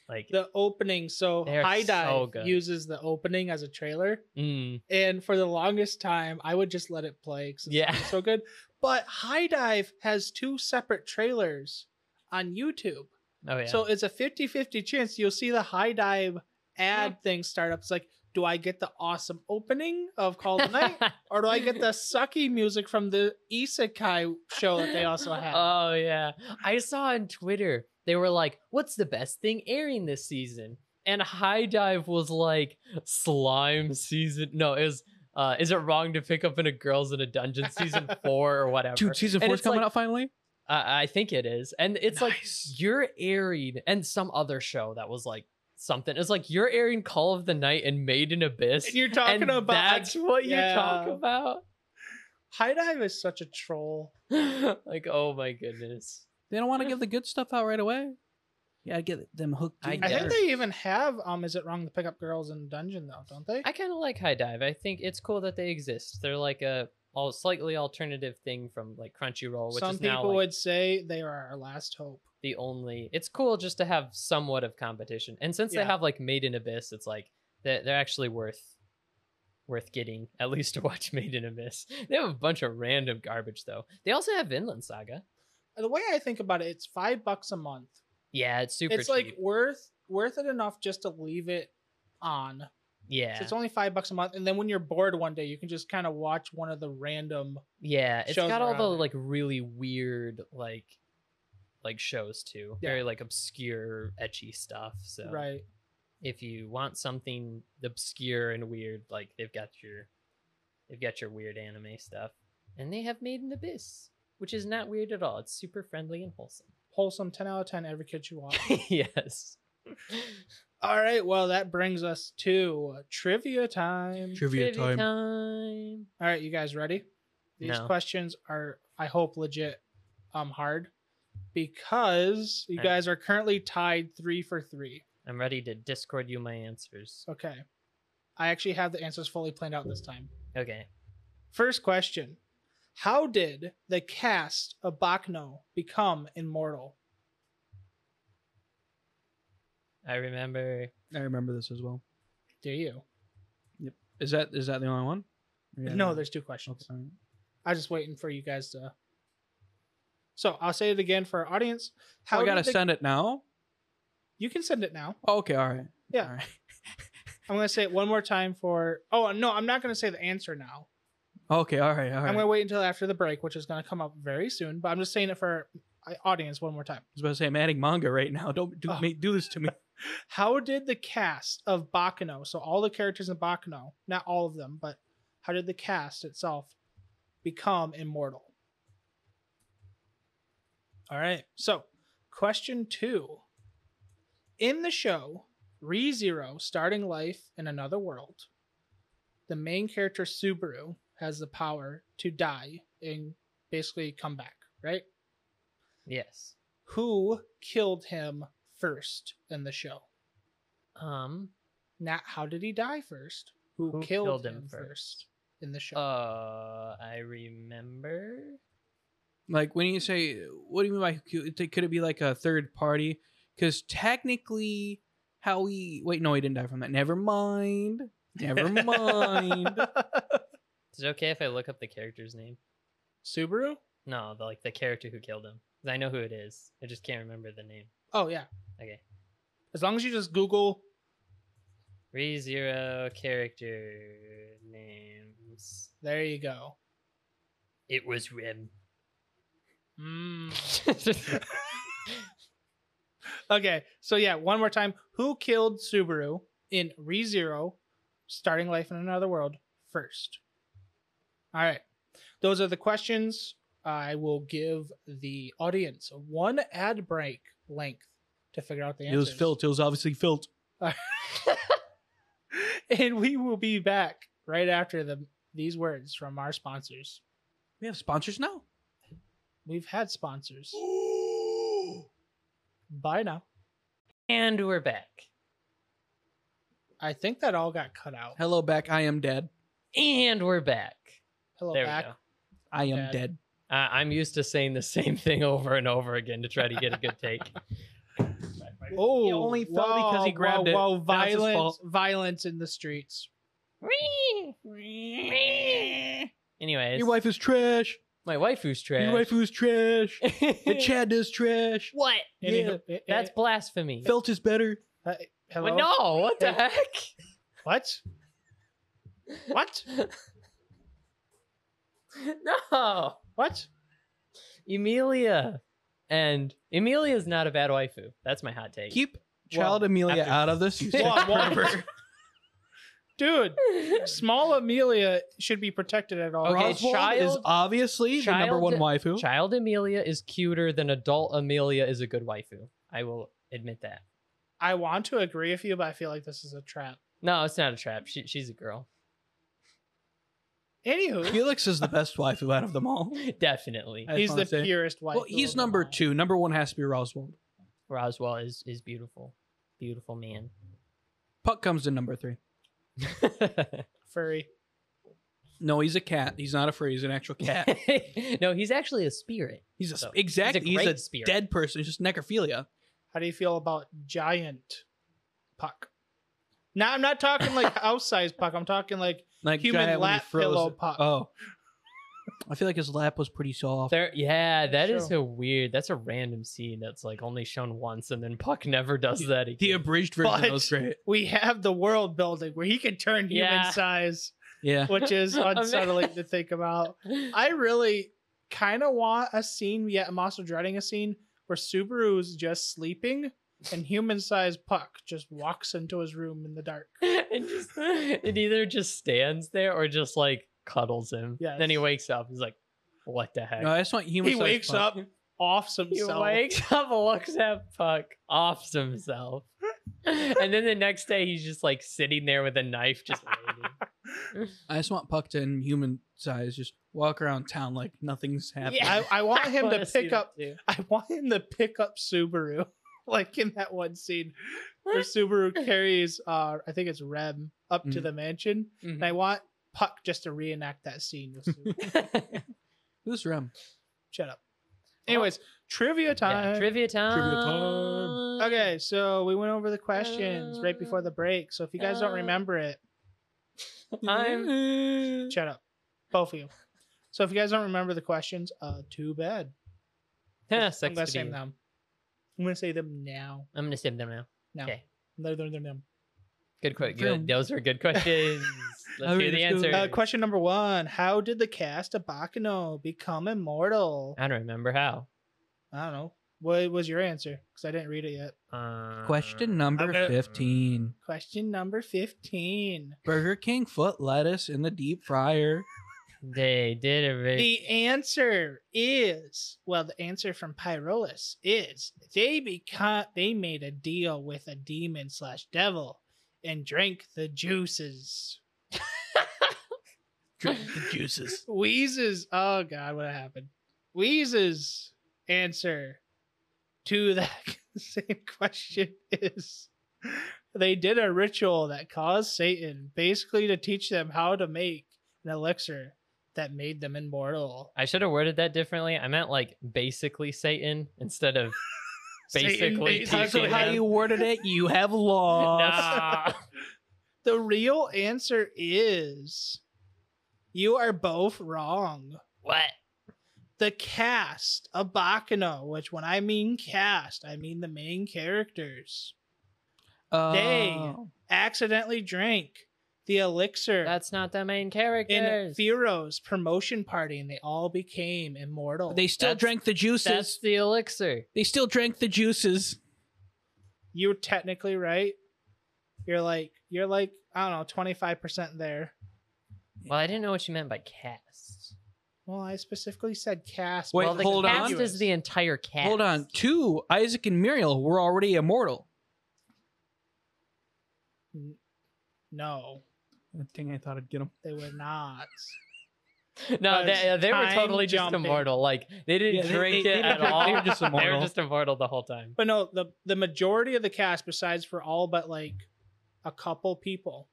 Speaker 1: Like
Speaker 2: The opening. So
Speaker 1: They're
Speaker 2: High
Speaker 1: so
Speaker 2: Dive
Speaker 1: good.
Speaker 2: uses the opening as a trailer,
Speaker 1: mm,
Speaker 2: and for the longest time, I would just let it play. 'cause it's
Speaker 1: Yeah.
Speaker 2: So good. But High Dive has two separate trailers on YouTube.
Speaker 1: oh yeah.
Speaker 2: So it's a 50 50 chance you'll see the high dive ad thing start up. It's like, do I get the awesome opening of Call of the Night? or do I get the sucky music from the Isekai show that they also have?
Speaker 1: Oh yeah, I saw on Twitter they were like, "What's the best thing airing this season?" And High Dive was like, "Slime season." No, it was. Uh, is it wrong to pick up in a girls in a dungeon season four or whatever?
Speaker 3: Dude, season
Speaker 1: And
Speaker 3: four's
Speaker 1: it's
Speaker 3: coming
Speaker 1: like-
Speaker 3: out finally.
Speaker 1: I I think it is, and it's
Speaker 3: Nice.
Speaker 1: like you're airing and some other show that was like something. It's like you're airing Call of the Night and Made in Abyss.
Speaker 2: and you're talking
Speaker 1: and
Speaker 2: about
Speaker 1: that's what you talk
Speaker 2: yeah.
Speaker 1: about.
Speaker 2: high dive is such a troll.
Speaker 1: like, oh my goodness.
Speaker 3: They don't want to give the good stuff out right away. Yeah, I get them hooked.
Speaker 1: I
Speaker 3: in.
Speaker 2: I think
Speaker 1: Yes.
Speaker 2: they even have um is it wrong to pick up girls in dungeon though, don't they?
Speaker 1: I kind of like High Dive. I think it's cool that they exist. They're like a all slightly alternative thing from like Crunchyroll, which
Speaker 2: Some
Speaker 1: is
Speaker 2: people
Speaker 1: now like,
Speaker 2: would say they are our last hope.
Speaker 1: the only. It's cool just to have somewhat of competition, and since
Speaker 2: Yeah.
Speaker 1: they have like Made in Abyss, it's like they're, they're actually worth worth getting at least to watch Made in Abyss. They have a bunch of random garbage though. They also have Inland Saga.
Speaker 2: The way I think about it, it's five bucks a month.
Speaker 1: Yeah, it's super.
Speaker 2: it's
Speaker 1: cheap.
Speaker 2: like worth worth it enough just to leave it on.
Speaker 1: yeah,
Speaker 2: So it's only five bucks a month, and then when you're bored one day, you can just kind of watch one of the random.
Speaker 1: Yeah, it's
Speaker 2: shows
Speaker 1: got
Speaker 2: that
Speaker 1: all
Speaker 2: are
Speaker 1: the
Speaker 2: out there.
Speaker 1: like really weird like like shows too.
Speaker 2: Yeah.
Speaker 1: Very like obscure, etchy stuff. So
Speaker 2: Right.
Speaker 1: if you want something obscure and weird, like they've got your they've got your weird anime stuff. And they have Made in Abyss, which is not weird at all. It's super friendly and wholesome.
Speaker 2: Wholesome, ten out of ten. Every kid should watch.
Speaker 1: yes.
Speaker 2: All right. Well, that brings us to trivia time.
Speaker 3: Trivia time.
Speaker 1: time.
Speaker 2: All right, you guys ready? These
Speaker 1: No.
Speaker 2: questions are, I hope, legit, um, hard, because you
Speaker 1: All right.
Speaker 2: guys are currently tied three for three.
Speaker 1: I'm ready to discord you my answers.
Speaker 2: Okay. I actually have the answers fully planned out this time.
Speaker 1: Okay.
Speaker 2: First question: How did the cast of Bacno become immortal?
Speaker 1: I remember
Speaker 3: I remember this as well.
Speaker 2: Do you?
Speaker 3: Is that is that the only one? Or you got
Speaker 2: No,
Speaker 3: another-
Speaker 2: there's two questions.
Speaker 3: Okay, all right.
Speaker 2: I was just waiting for you guys to. So I'll say it again for our audience.
Speaker 3: How Oh, I
Speaker 2: did
Speaker 3: gotta
Speaker 2: the-
Speaker 3: send it now?
Speaker 2: You can send it now.
Speaker 3: Oh, okay, all right.
Speaker 2: Yeah.
Speaker 3: All right.
Speaker 2: I'm gonna say it one more time for. Oh no, I'm not gonna say the answer now.
Speaker 3: Okay, all right, all right.
Speaker 2: I'm gonna wait until after the break, which is gonna come up very soon. But I'm just saying it for our audience one more time.
Speaker 3: I was about to say I'm adding manga right now. Don't do
Speaker 2: Oh.
Speaker 3: me do this to me.
Speaker 2: How did the cast of Bakano, so all the characters in Bakano, not all of them, but how did the cast itself become immortal? All right. So, question two. In the show, ReZero starting life in another world, the main character Subaru has the power to die and basically come back, right?
Speaker 1: Yes.
Speaker 2: Who killed him first in the show?
Speaker 1: Um.
Speaker 2: not how did he die first, who,
Speaker 1: Who
Speaker 2: killed,
Speaker 1: killed
Speaker 2: him,
Speaker 1: him
Speaker 2: first?
Speaker 1: first?
Speaker 2: in the show.
Speaker 1: Uh, I remember.
Speaker 3: Like when you say, what do you mean by could it- could it be like a third party? Because technically, how he wait, no, he didn't die from that. Never mind. Never mind.
Speaker 1: Is it okay if I look up the character's name?
Speaker 2: Subaru?
Speaker 1: No, the, like the character who killed him. 'Cause I know who it is. I just can't remember the name.
Speaker 2: Oh yeah.
Speaker 1: Okay.
Speaker 2: As long as you just Google
Speaker 1: ReZero character names.
Speaker 2: there you go.
Speaker 1: It was Rim.
Speaker 2: Mm. Okay. So yeah, one more time. Who killed Subaru in ReZero starting life in another world first? All right. Those are the questions. I will give the audience one ad break length to figure out the
Speaker 3: it
Speaker 2: answers.
Speaker 3: was Filt. It was obviously Filt.
Speaker 2: and we will be back right after the these words from our sponsors.
Speaker 3: We have sponsors now.
Speaker 2: We've had sponsors. Bye now.
Speaker 1: and we're back.
Speaker 2: I think that all got cut out.
Speaker 3: Hello, back. I am dead.
Speaker 1: And we're back.
Speaker 2: Hello
Speaker 1: There
Speaker 2: back.
Speaker 1: we go.
Speaker 3: I am
Speaker 2: Dead.
Speaker 3: dead.
Speaker 1: Uh, I'm used to saying the same thing over and over again to try to get a good take.
Speaker 2: Oh,
Speaker 3: He only fell because he grabbed it.
Speaker 2: whoa,
Speaker 3: Now it's his
Speaker 2: violence,
Speaker 3: fault.
Speaker 2: violence in the streets.
Speaker 1: Anyways,
Speaker 3: Your wife is trash.
Speaker 1: my waifu's trash.
Speaker 3: Your wife is trash. the Chad is trash.
Speaker 1: what?
Speaker 2: Anywho, eh, eh,
Speaker 1: That's blasphemy.
Speaker 3: Filt is better.
Speaker 2: eh, hello.
Speaker 1: Well, no, what the heck?
Speaker 2: What? What?
Speaker 1: No.
Speaker 2: What?
Speaker 1: Emilia. And Emilia's not a bad waifu. That's my hot take.
Speaker 3: Keep child
Speaker 2: Whoa.
Speaker 3: Amelia
Speaker 1: After-
Speaker 3: out of this. You sick
Speaker 2: Whoa, whoa.
Speaker 3: pervert.
Speaker 2: Dude, small Amelia should be protected at all.
Speaker 1: Okay,
Speaker 2: costs.
Speaker 3: Oswald is
Speaker 1: child-
Speaker 3: obviously the number
Speaker 1: child-
Speaker 3: one waifu.
Speaker 1: Child Amelia is cuter than adult Amelia is a good waifu. I will admit that.
Speaker 2: I want to agree with you, but I feel like this is a trap.
Speaker 1: No, it's not a trap. She, she's a girl.
Speaker 2: Anywho,
Speaker 3: Felix is the best waifu out of them all.
Speaker 1: Definitely.
Speaker 3: I just
Speaker 2: he's
Speaker 3: wanna
Speaker 2: the
Speaker 3: say-
Speaker 2: purest white.
Speaker 3: Well, he's number two. Number one has to be Roswald.
Speaker 1: Roswell is is beautiful. Beautiful man.
Speaker 3: Puck comes in number three.
Speaker 2: Furry.
Speaker 3: No, he's a cat. He's not a furry. He's an actual cat.
Speaker 1: no, he's actually a spirit.
Speaker 3: He's a
Speaker 1: So,
Speaker 3: exactly. He's a,
Speaker 1: great spirit.
Speaker 3: dead person. It's just necrophilia.
Speaker 2: How do you feel about giant puck? Now I'm not talking like house size puck. I'm talking like
Speaker 3: Like
Speaker 2: Human
Speaker 3: giant when he
Speaker 2: lap
Speaker 3: froze
Speaker 2: pillow
Speaker 3: it.
Speaker 2: Puck.
Speaker 3: Oh, I feel like his lap was pretty soft.
Speaker 1: There, yeah, that is
Speaker 2: Sure.
Speaker 1: a weird. That's a random scene that's like only shown once, and then Puck never does that
Speaker 3: The
Speaker 1: again.
Speaker 3: abridged version
Speaker 2: But-
Speaker 3: was great.
Speaker 2: we have the world building where he can turn human
Speaker 1: Yeah.
Speaker 2: size,
Speaker 3: Yeah.
Speaker 2: which is
Speaker 1: Ama-
Speaker 2: unsettling to think about. I really kind of want a scene. Yet I'm also dreading a scene where Subaru's just sleeping and human sized puck just walks into his room in the dark.
Speaker 1: and just, it either just stands there or just like cuddles him.
Speaker 2: Yes.
Speaker 1: Then he wakes up. He's like, "What the heck?"
Speaker 3: No, I just want human.
Speaker 2: He wakes up, offs
Speaker 1: he
Speaker 2: himself.
Speaker 1: wakes up, looks at Puck, offs himself, and then the next day he's just like sitting there with a knife, just waiting.
Speaker 3: I just want Puck to in human size just walk around town like nothing's happening.
Speaker 1: Yeah.
Speaker 2: I, I want him
Speaker 1: wanna
Speaker 2: to
Speaker 1: see
Speaker 2: pick
Speaker 1: that
Speaker 2: up
Speaker 1: too.
Speaker 2: I want him to pick up Subaru, like in that one scene where Subaru carries, uh, I think it's Rem, up to
Speaker 1: Mm-hmm.
Speaker 3: Mhm.
Speaker 2: the mansion, and I want Puck just to reenact that scene. With Subaru.
Speaker 3: Who's Rem?
Speaker 2: Shut up. Anyways, trivia
Speaker 1: Yeah,
Speaker 2: time.
Speaker 1: trivia time.
Speaker 3: time.
Speaker 2: okay, so we went over the questions right before the break. So if you guys don't
Speaker 1: Uh,
Speaker 2: remember it,
Speaker 1: I'm
Speaker 2: shut up, both of you. So if you guys don't remember the questions, uh, too bad.
Speaker 1: Huh, sex
Speaker 2: I'm gonna
Speaker 1: to
Speaker 2: say
Speaker 1: be-
Speaker 2: them. I'm gonna say them now.
Speaker 1: I'm gonna save them now.
Speaker 2: No.
Speaker 1: Okay.
Speaker 2: They're, they're, they're them.
Speaker 1: Good question.
Speaker 3: Boom.
Speaker 1: Good. Those were good questions. Let's
Speaker 3: Okay,
Speaker 1: hear the
Speaker 3: let's go.
Speaker 1: answer.
Speaker 2: Uh, question number one: How did the cast of Bakano become immortal?
Speaker 1: I don't remember how.
Speaker 2: I don't know. What was your answer? Because I didn't read it yet.
Speaker 1: Uh,
Speaker 3: Question number
Speaker 2: gonna-
Speaker 3: 15
Speaker 2: Question number fifteen.
Speaker 3: Burger King foot lettuce in the deep fryer.
Speaker 1: They did a re-
Speaker 2: The answer is well, the answer from Pyrolus is they become they made a deal with a demon slash devil and drank the juices.
Speaker 3: Drink the juices.
Speaker 2: Wheezes. Oh god, what happened? Wheezes answer to that same question is they did a ritual that caused Satan basically to teach them how to make an elixir that made them immortal.
Speaker 1: I should have worded that differently. I meant like basically Satan instead of
Speaker 2: Satan
Speaker 1: Basically
Speaker 3: Because
Speaker 1: teaching
Speaker 3: of how
Speaker 1: them.
Speaker 3: you worded it, you have lost.
Speaker 1: nah.
Speaker 2: The real answer is you are both wrong.
Speaker 1: What?
Speaker 2: The cast of Bakano, which when I mean cast, I mean the main characters, They-
Speaker 3: Oh.
Speaker 2: accidentally drank the elixir
Speaker 1: That's not the main
Speaker 2: in
Speaker 1: characters.
Speaker 2: Firo's promotion party and they all became immortal.
Speaker 3: They still
Speaker 1: That's-
Speaker 3: drank the
Speaker 1: That's
Speaker 3: juices.
Speaker 1: the elixir.
Speaker 3: They still drank the juices.
Speaker 2: you're technically right. You're like you're like, I don't know, twenty five percent there.
Speaker 1: Well, I didn't know what you meant by cast.
Speaker 2: Well, I specifically said cast.
Speaker 3: Wait,
Speaker 1: well, the
Speaker 3: hold
Speaker 1: cast
Speaker 3: on.
Speaker 1: is the entire cast.
Speaker 3: Hold on. Two, Isaac and Muriel were already immortal.
Speaker 2: No,
Speaker 3: Dang, I thought I'd get them.
Speaker 2: they were not.
Speaker 1: No, they,
Speaker 2: Because
Speaker 1: they were
Speaker 2: time
Speaker 1: totally just
Speaker 2: jumping.
Speaker 1: immortal. Like they didn't
Speaker 3: Uh, Yeah, they-
Speaker 1: drink
Speaker 3: they-
Speaker 1: it
Speaker 3: they
Speaker 1: at
Speaker 3: were- they
Speaker 1: all.
Speaker 3: were just
Speaker 1: They
Speaker 3: immortal.
Speaker 1: were just immortal the whole time.
Speaker 2: But no, the the majority of the cast, besides for all but like a couple people,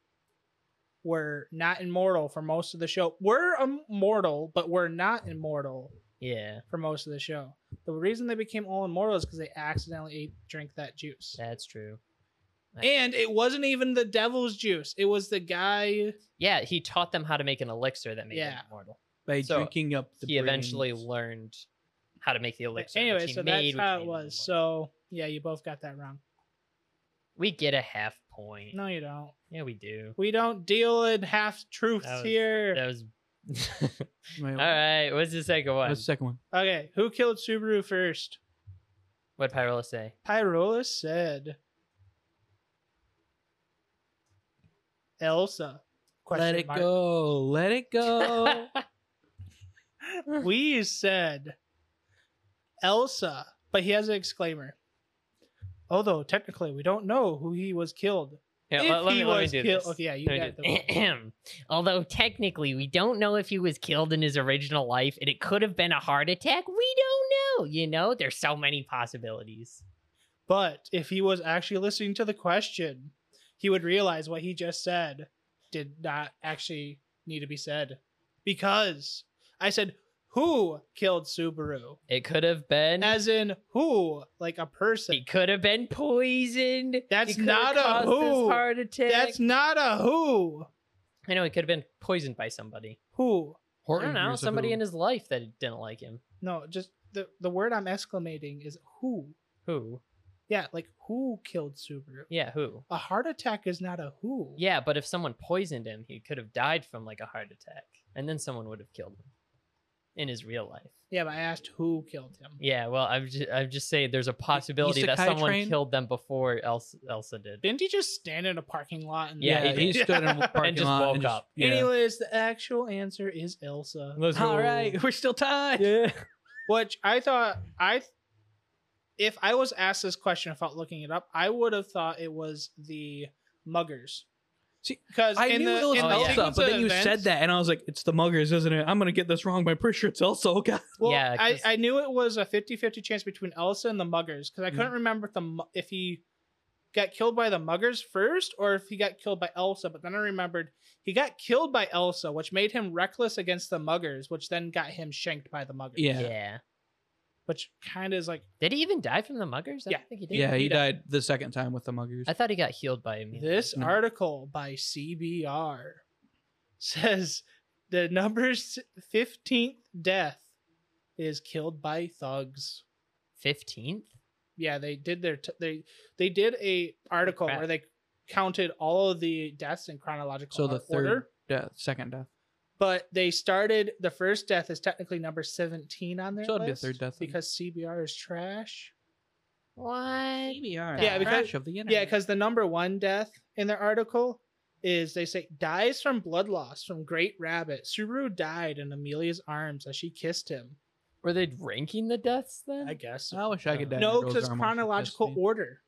Speaker 2: were not immortal for most of the show. Were immortal, but were not immortal
Speaker 1: Yeah,
Speaker 2: for most of the show. The reason they became all immortal is because they accidentally ate drank that juice.
Speaker 1: that's true.
Speaker 2: And it wasn't even the devil's juice. It was the guy.
Speaker 1: Yeah, he taught them how to make an elixir that made them
Speaker 2: Yeah.
Speaker 1: immortal.
Speaker 3: By
Speaker 1: So,
Speaker 3: drinking up the
Speaker 1: he eventually
Speaker 3: brains.
Speaker 1: learned how to make the elixir. which
Speaker 2: anyway,
Speaker 1: he
Speaker 2: so
Speaker 1: made,
Speaker 2: that's
Speaker 1: which made
Speaker 2: how it
Speaker 1: him
Speaker 2: was.
Speaker 1: immortal.
Speaker 2: So yeah, you both got that wrong.
Speaker 1: we get a half point.
Speaker 2: No, you don't.
Speaker 1: Yeah, we do.
Speaker 2: We don't deal in half truths
Speaker 1: That was-
Speaker 2: here.
Speaker 1: That was.
Speaker 3: Wait,
Speaker 1: all right. What's the second one?
Speaker 3: What's the second one?
Speaker 2: Okay, who killed Subaru first?
Speaker 1: What Pyrola say?
Speaker 2: Pyrola said Elsa.
Speaker 3: Let
Speaker 2: Question
Speaker 3: it
Speaker 2: mark.
Speaker 3: go. Let it go.
Speaker 2: We said Elsa, but he has an exclaimer. Although technically we don't know who he was killed.
Speaker 1: Yeah,
Speaker 2: If
Speaker 1: let, let
Speaker 2: he
Speaker 1: me, let me
Speaker 2: was
Speaker 1: do
Speaker 2: kill-
Speaker 1: this.
Speaker 2: okay, yeah, you
Speaker 1: Let me
Speaker 2: got
Speaker 1: do- Although technically, we don't know if he was killed in his original life, and it could have been a heart attack. We don't know. You know, there's so many possibilities.
Speaker 2: But if he was actually listening to the question, he would realize what he just said did not actually need to be said. Because I said, Who killed Subaru?
Speaker 1: It could have been.
Speaker 2: As in, who? Like a
Speaker 1: he
Speaker 2: person.
Speaker 1: could have been poisoned. He
Speaker 2: That's
Speaker 1: could have
Speaker 2: not a
Speaker 1: caused this
Speaker 2: who.
Speaker 1: heart attack.
Speaker 2: That's not a who.
Speaker 1: I know he could have been poisoned by somebody.
Speaker 2: Who?
Speaker 1: I don't know somebody in his life that didn't like him.
Speaker 2: No, just the the word I'm exclamating is who.
Speaker 1: Who?
Speaker 2: Yeah, like who killed Subaru?
Speaker 1: Yeah, who?
Speaker 2: A heart attack is not a who.
Speaker 1: Yeah, but if someone poisoned him, he could have died from like a heart attack, and then someone would have killed him in his real life.
Speaker 2: Yeah, but I asked who killed him.
Speaker 1: Yeah, well, I'm just I'm just saying there's a
Speaker 2: E-,
Speaker 1: possibility that
Speaker 3: Isekai
Speaker 1: someone
Speaker 3: train?
Speaker 1: killed them before Elsa, Elsa did.
Speaker 2: Didn't he just stand in a parking lot? And
Speaker 1: Yeah,
Speaker 3: Yeah,
Speaker 1: he
Speaker 3: he stood in a parking
Speaker 1: just
Speaker 3: lot
Speaker 1: woke up.
Speaker 3: yeah.
Speaker 2: Anyways, the actual answer is Elsa.
Speaker 3: All right, we're still tied.
Speaker 1: Yeah.
Speaker 2: Which I thought I if I was asked this question without looking it up, I would have thought it was the muggers.
Speaker 3: See,
Speaker 2: because
Speaker 3: I
Speaker 2: in
Speaker 3: knew
Speaker 2: the,
Speaker 3: it was
Speaker 2: in the
Speaker 1: Oh, yeah.
Speaker 3: Elsa,
Speaker 2: sequence
Speaker 3: but
Speaker 2: of
Speaker 3: then you said
Speaker 2: events-
Speaker 3: that, and I was like, "It's the muggers, isn't it?" I'm gonna get this wrong, but I'm pretty sure it's Elsa. Oh god.
Speaker 2: Well,
Speaker 1: Yeah,
Speaker 2: I,
Speaker 1: 'cause-
Speaker 2: I knew it was a 50-50 chance between Elsa and the muggers because I
Speaker 1: Mm.
Speaker 2: couldn't remember if the mu- if he got killed by the muggers first or if he got killed by Elsa. But then I remembered he got killed by Elsa, which made him reckless against the muggers, which then got him shanked by the muggers.
Speaker 3: Yeah.
Speaker 2: which kind of is like
Speaker 1: Did he even die from the muggers? I
Speaker 2: Yeah.
Speaker 1: don't think he did.
Speaker 3: Yeah,
Speaker 2: he
Speaker 3: he,
Speaker 2: died.
Speaker 3: died. the second time with the muggers.
Speaker 1: I thought he got healed by him.
Speaker 2: This
Speaker 3: No.
Speaker 2: article by CBR says the number s- 15th death is killed by thugs.
Speaker 1: 15th?
Speaker 2: yeah they did their t- they they did a article
Speaker 1: crap.
Speaker 2: where they counted all of the deaths in chronological
Speaker 3: So the
Speaker 2: order
Speaker 3: third death, second death.
Speaker 2: but they started the first death is technically number 17 on their
Speaker 3: So it'd be a
Speaker 2: list
Speaker 3: third death then.
Speaker 2: because cbr is trash
Speaker 1: What?
Speaker 3: CBR,
Speaker 1: Yeah,
Speaker 3: the
Speaker 2: because-
Speaker 3: crash of the internet.
Speaker 2: yeah because the number one death in their article is they say dies from blood loss from great rabbit subaru died in amelia's arms as she kissed him
Speaker 1: Were they ranking the deaths then?
Speaker 2: i guess
Speaker 3: I wish I could. die
Speaker 2: no
Speaker 3: in a girl's
Speaker 2: because
Speaker 3: Oh. arm while she kissed
Speaker 2: chronological
Speaker 3: me.
Speaker 2: order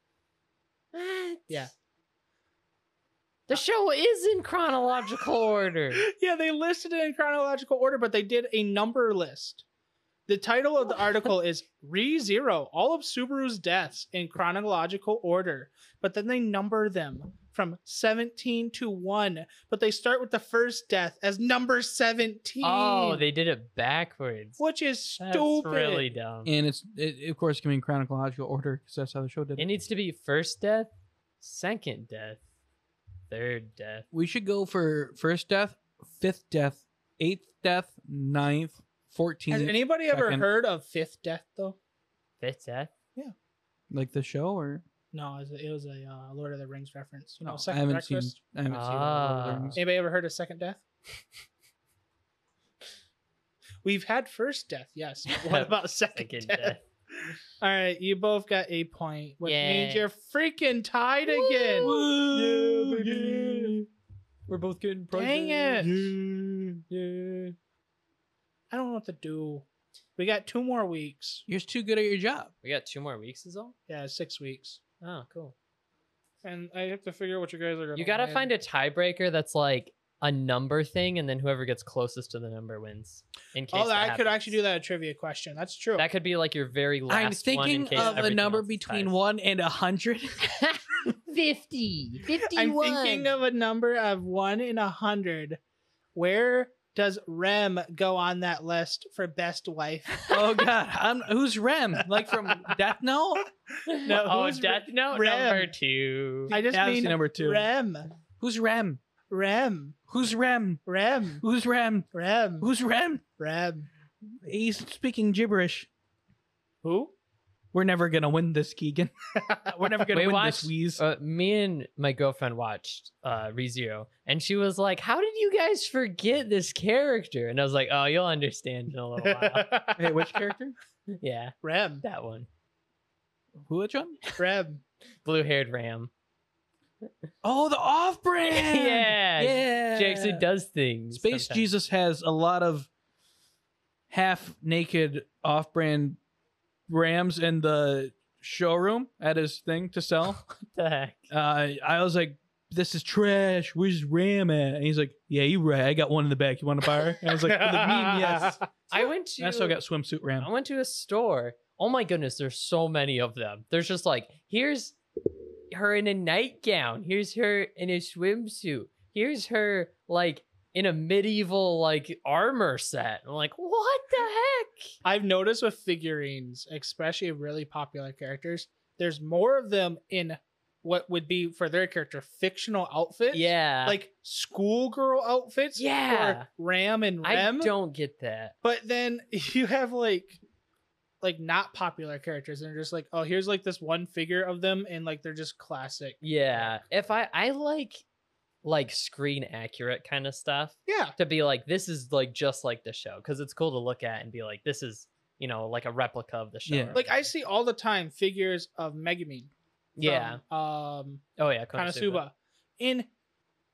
Speaker 1: What?
Speaker 2: Yeah.
Speaker 1: The show is in chronological order.
Speaker 2: yeah, they listed it in chronological order, but they did a number list. The title of the article is Re Zero All of Subaru's Deaths in Chronological Order, but then they number them from 17 to 1, but they start with the first death as number 17.
Speaker 1: Oh, they did it backwards.
Speaker 2: Which is
Speaker 1: That's
Speaker 2: stupid.
Speaker 1: really dumb.
Speaker 3: And it's it, it, of course it can be in chronological order because that's how the show did it.
Speaker 1: It needs to be first death, second death, third death.
Speaker 3: we should go for first death, fifth death, eighth death, ninth,
Speaker 2: Has
Speaker 3: fourteenth,
Speaker 2: anybody ever
Speaker 3: Second.
Speaker 2: heard of Fifth Death, though?
Speaker 1: Fifth death.
Speaker 3: like the show, or
Speaker 2: No, it was a, it was a uh, Lord of the Rings reference. You know,
Speaker 3: Oh, I
Speaker 2: Second
Speaker 3: haven't
Speaker 2: Breakfast.
Speaker 3: seen. I haven't seen. Lord of
Speaker 1: Ah.
Speaker 3: the Rings.
Speaker 2: Anybody ever heard of second death? We've had first death, yes. but What about second,
Speaker 1: Second
Speaker 2: death?
Speaker 1: death.
Speaker 2: All right, you both got a point, which means
Speaker 1: Yay.
Speaker 2: you're freaking tied again.
Speaker 3: Woo,
Speaker 1: Yeah, baby.
Speaker 3: We're both getting
Speaker 2: Dang it!
Speaker 3: Yeah.
Speaker 2: I don't know what to do. We got two more weeks.
Speaker 3: You're just too good at your job.
Speaker 1: We got two more weeks, is all.
Speaker 2: Yeah, six weeks.
Speaker 1: Oh, cool.
Speaker 2: And I have to figure out what you guys are going
Speaker 1: You gotta find a tiebreaker that's like a number thing, and then whoever gets closest to the number wins. In case
Speaker 2: Oh, I could
Speaker 1: happens.
Speaker 2: actually do that a trivia question. That's true.
Speaker 1: That could be like your very last.
Speaker 3: I'm
Speaker 1: one in
Speaker 3: thinking
Speaker 1: case
Speaker 3: of a
Speaker 1: everything
Speaker 3: number
Speaker 1: else is
Speaker 3: between
Speaker 1: tied.
Speaker 3: one and a hundred.
Speaker 1: 50, 51.
Speaker 2: I'm thinking of a number of one in a hundred. Where does Rem go on that list for best wife?
Speaker 3: oh God, I'm, who's Rem? Like from Death Note?
Speaker 2: No,
Speaker 1: oh,
Speaker 2: who's
Speaker 1: Death Note
Speaker 2: Rem?
Speaker 1: number two.
Speaker 2: I just
Speaker 3: That was
Speaker 2: mean
Speaker 3: number two.
Speaker 2: Rem,
Speaker 3: Who's Rem?
Speaker 2: Rem,
Speaker 3: Who's Rem?
Speaker 2: Rem,
Speaker 3: Who's Rem?
Speaker 2: Rem,
Speaker 3: Who's Rem?
Speaker 2: Rem.
Speaker 3: He's speaking gibberish.
Speaker 2: Who?
Speaker 3: We're never gonna win this, Keegan. We're never gonna
Speaker 1: We
Speaker 3: win
Speaker 1: watched-
Speaker 3: this, Wheeze.
Speaker 1: Uh, me and my girlfriend watched uh, ReZero, and she was like, "How did you guys forget this character?" And I was like, "Oh, you'll understand in a little while."
Speaker 3: Hey, which character?
Speaker 1: yeah,
Speaker 2: Rem,
Speaker 1: that one,
Speaker 3: Who? Which one?
Speaker 2: Rem.
Speaker 1: blue-haired ram.
Speaker 3: Oh, the off-brand.
Speaker 1: Yeah,
Speaker 3: yeah.
Speaker 1: She actually does things.
Speaker 3: Uh, Space
Speaker 1: sometimes.
Speaker 3: Jesus has a lot of half-naked off-brand Rams in the showroom at his thing to sell.
Speaker 1: What the heck?
Speaker 3: uh, I was like, "This is trash. Where's Ram at?" And he's like, "Yeah, you right. I got one in the back. You want to buy her?" And I was like, "For the meme, yes."
Speaker 1: I went to.
Speaker 3: And I still got swimsuit Ram.
Speaker 1: I went to a store. Oh my goodness, there's so many of them. There's just like, here's her in a nightgown. Here's her in a swimsuit. Here's her like in a medieval like armor set. I'm like, what the heck?
Speaker 2: I've noticed with figurines, especially really popular characters, there's more of them in what would be for their character fictional outfits.
Speaker 1: yeah.
Speaker 2: Like schoolgirl outfits.
Speaker 1: Yeah.
Speaker 2: Or Ram and
Speaker 1: I
Speaker 2: Rem.
Speaker 1: don't get that.
Speaker 2: But then you have like like not popular characters and they're just like, oh, here's like this one figure of them and like they're just classic.
Speaker 1: Yeah. If I I like like screen accurate kind of stuff
Speaker 2: Yeah.
Speaker 1: to be like this is like just like the show because it's cool to look at and be like this is you know like a replica of the show.
Speaker 3: Yeah.
Speaker 1: or
Speaker 2: Like I
Speaker 1: whatever.
Speaker 2: see all the time figures of Megumin. from,
Speaker 1: yeah.
Speaker 2: Um
Speaker 1: oh yeah.
Speaker 2: Konosuba. And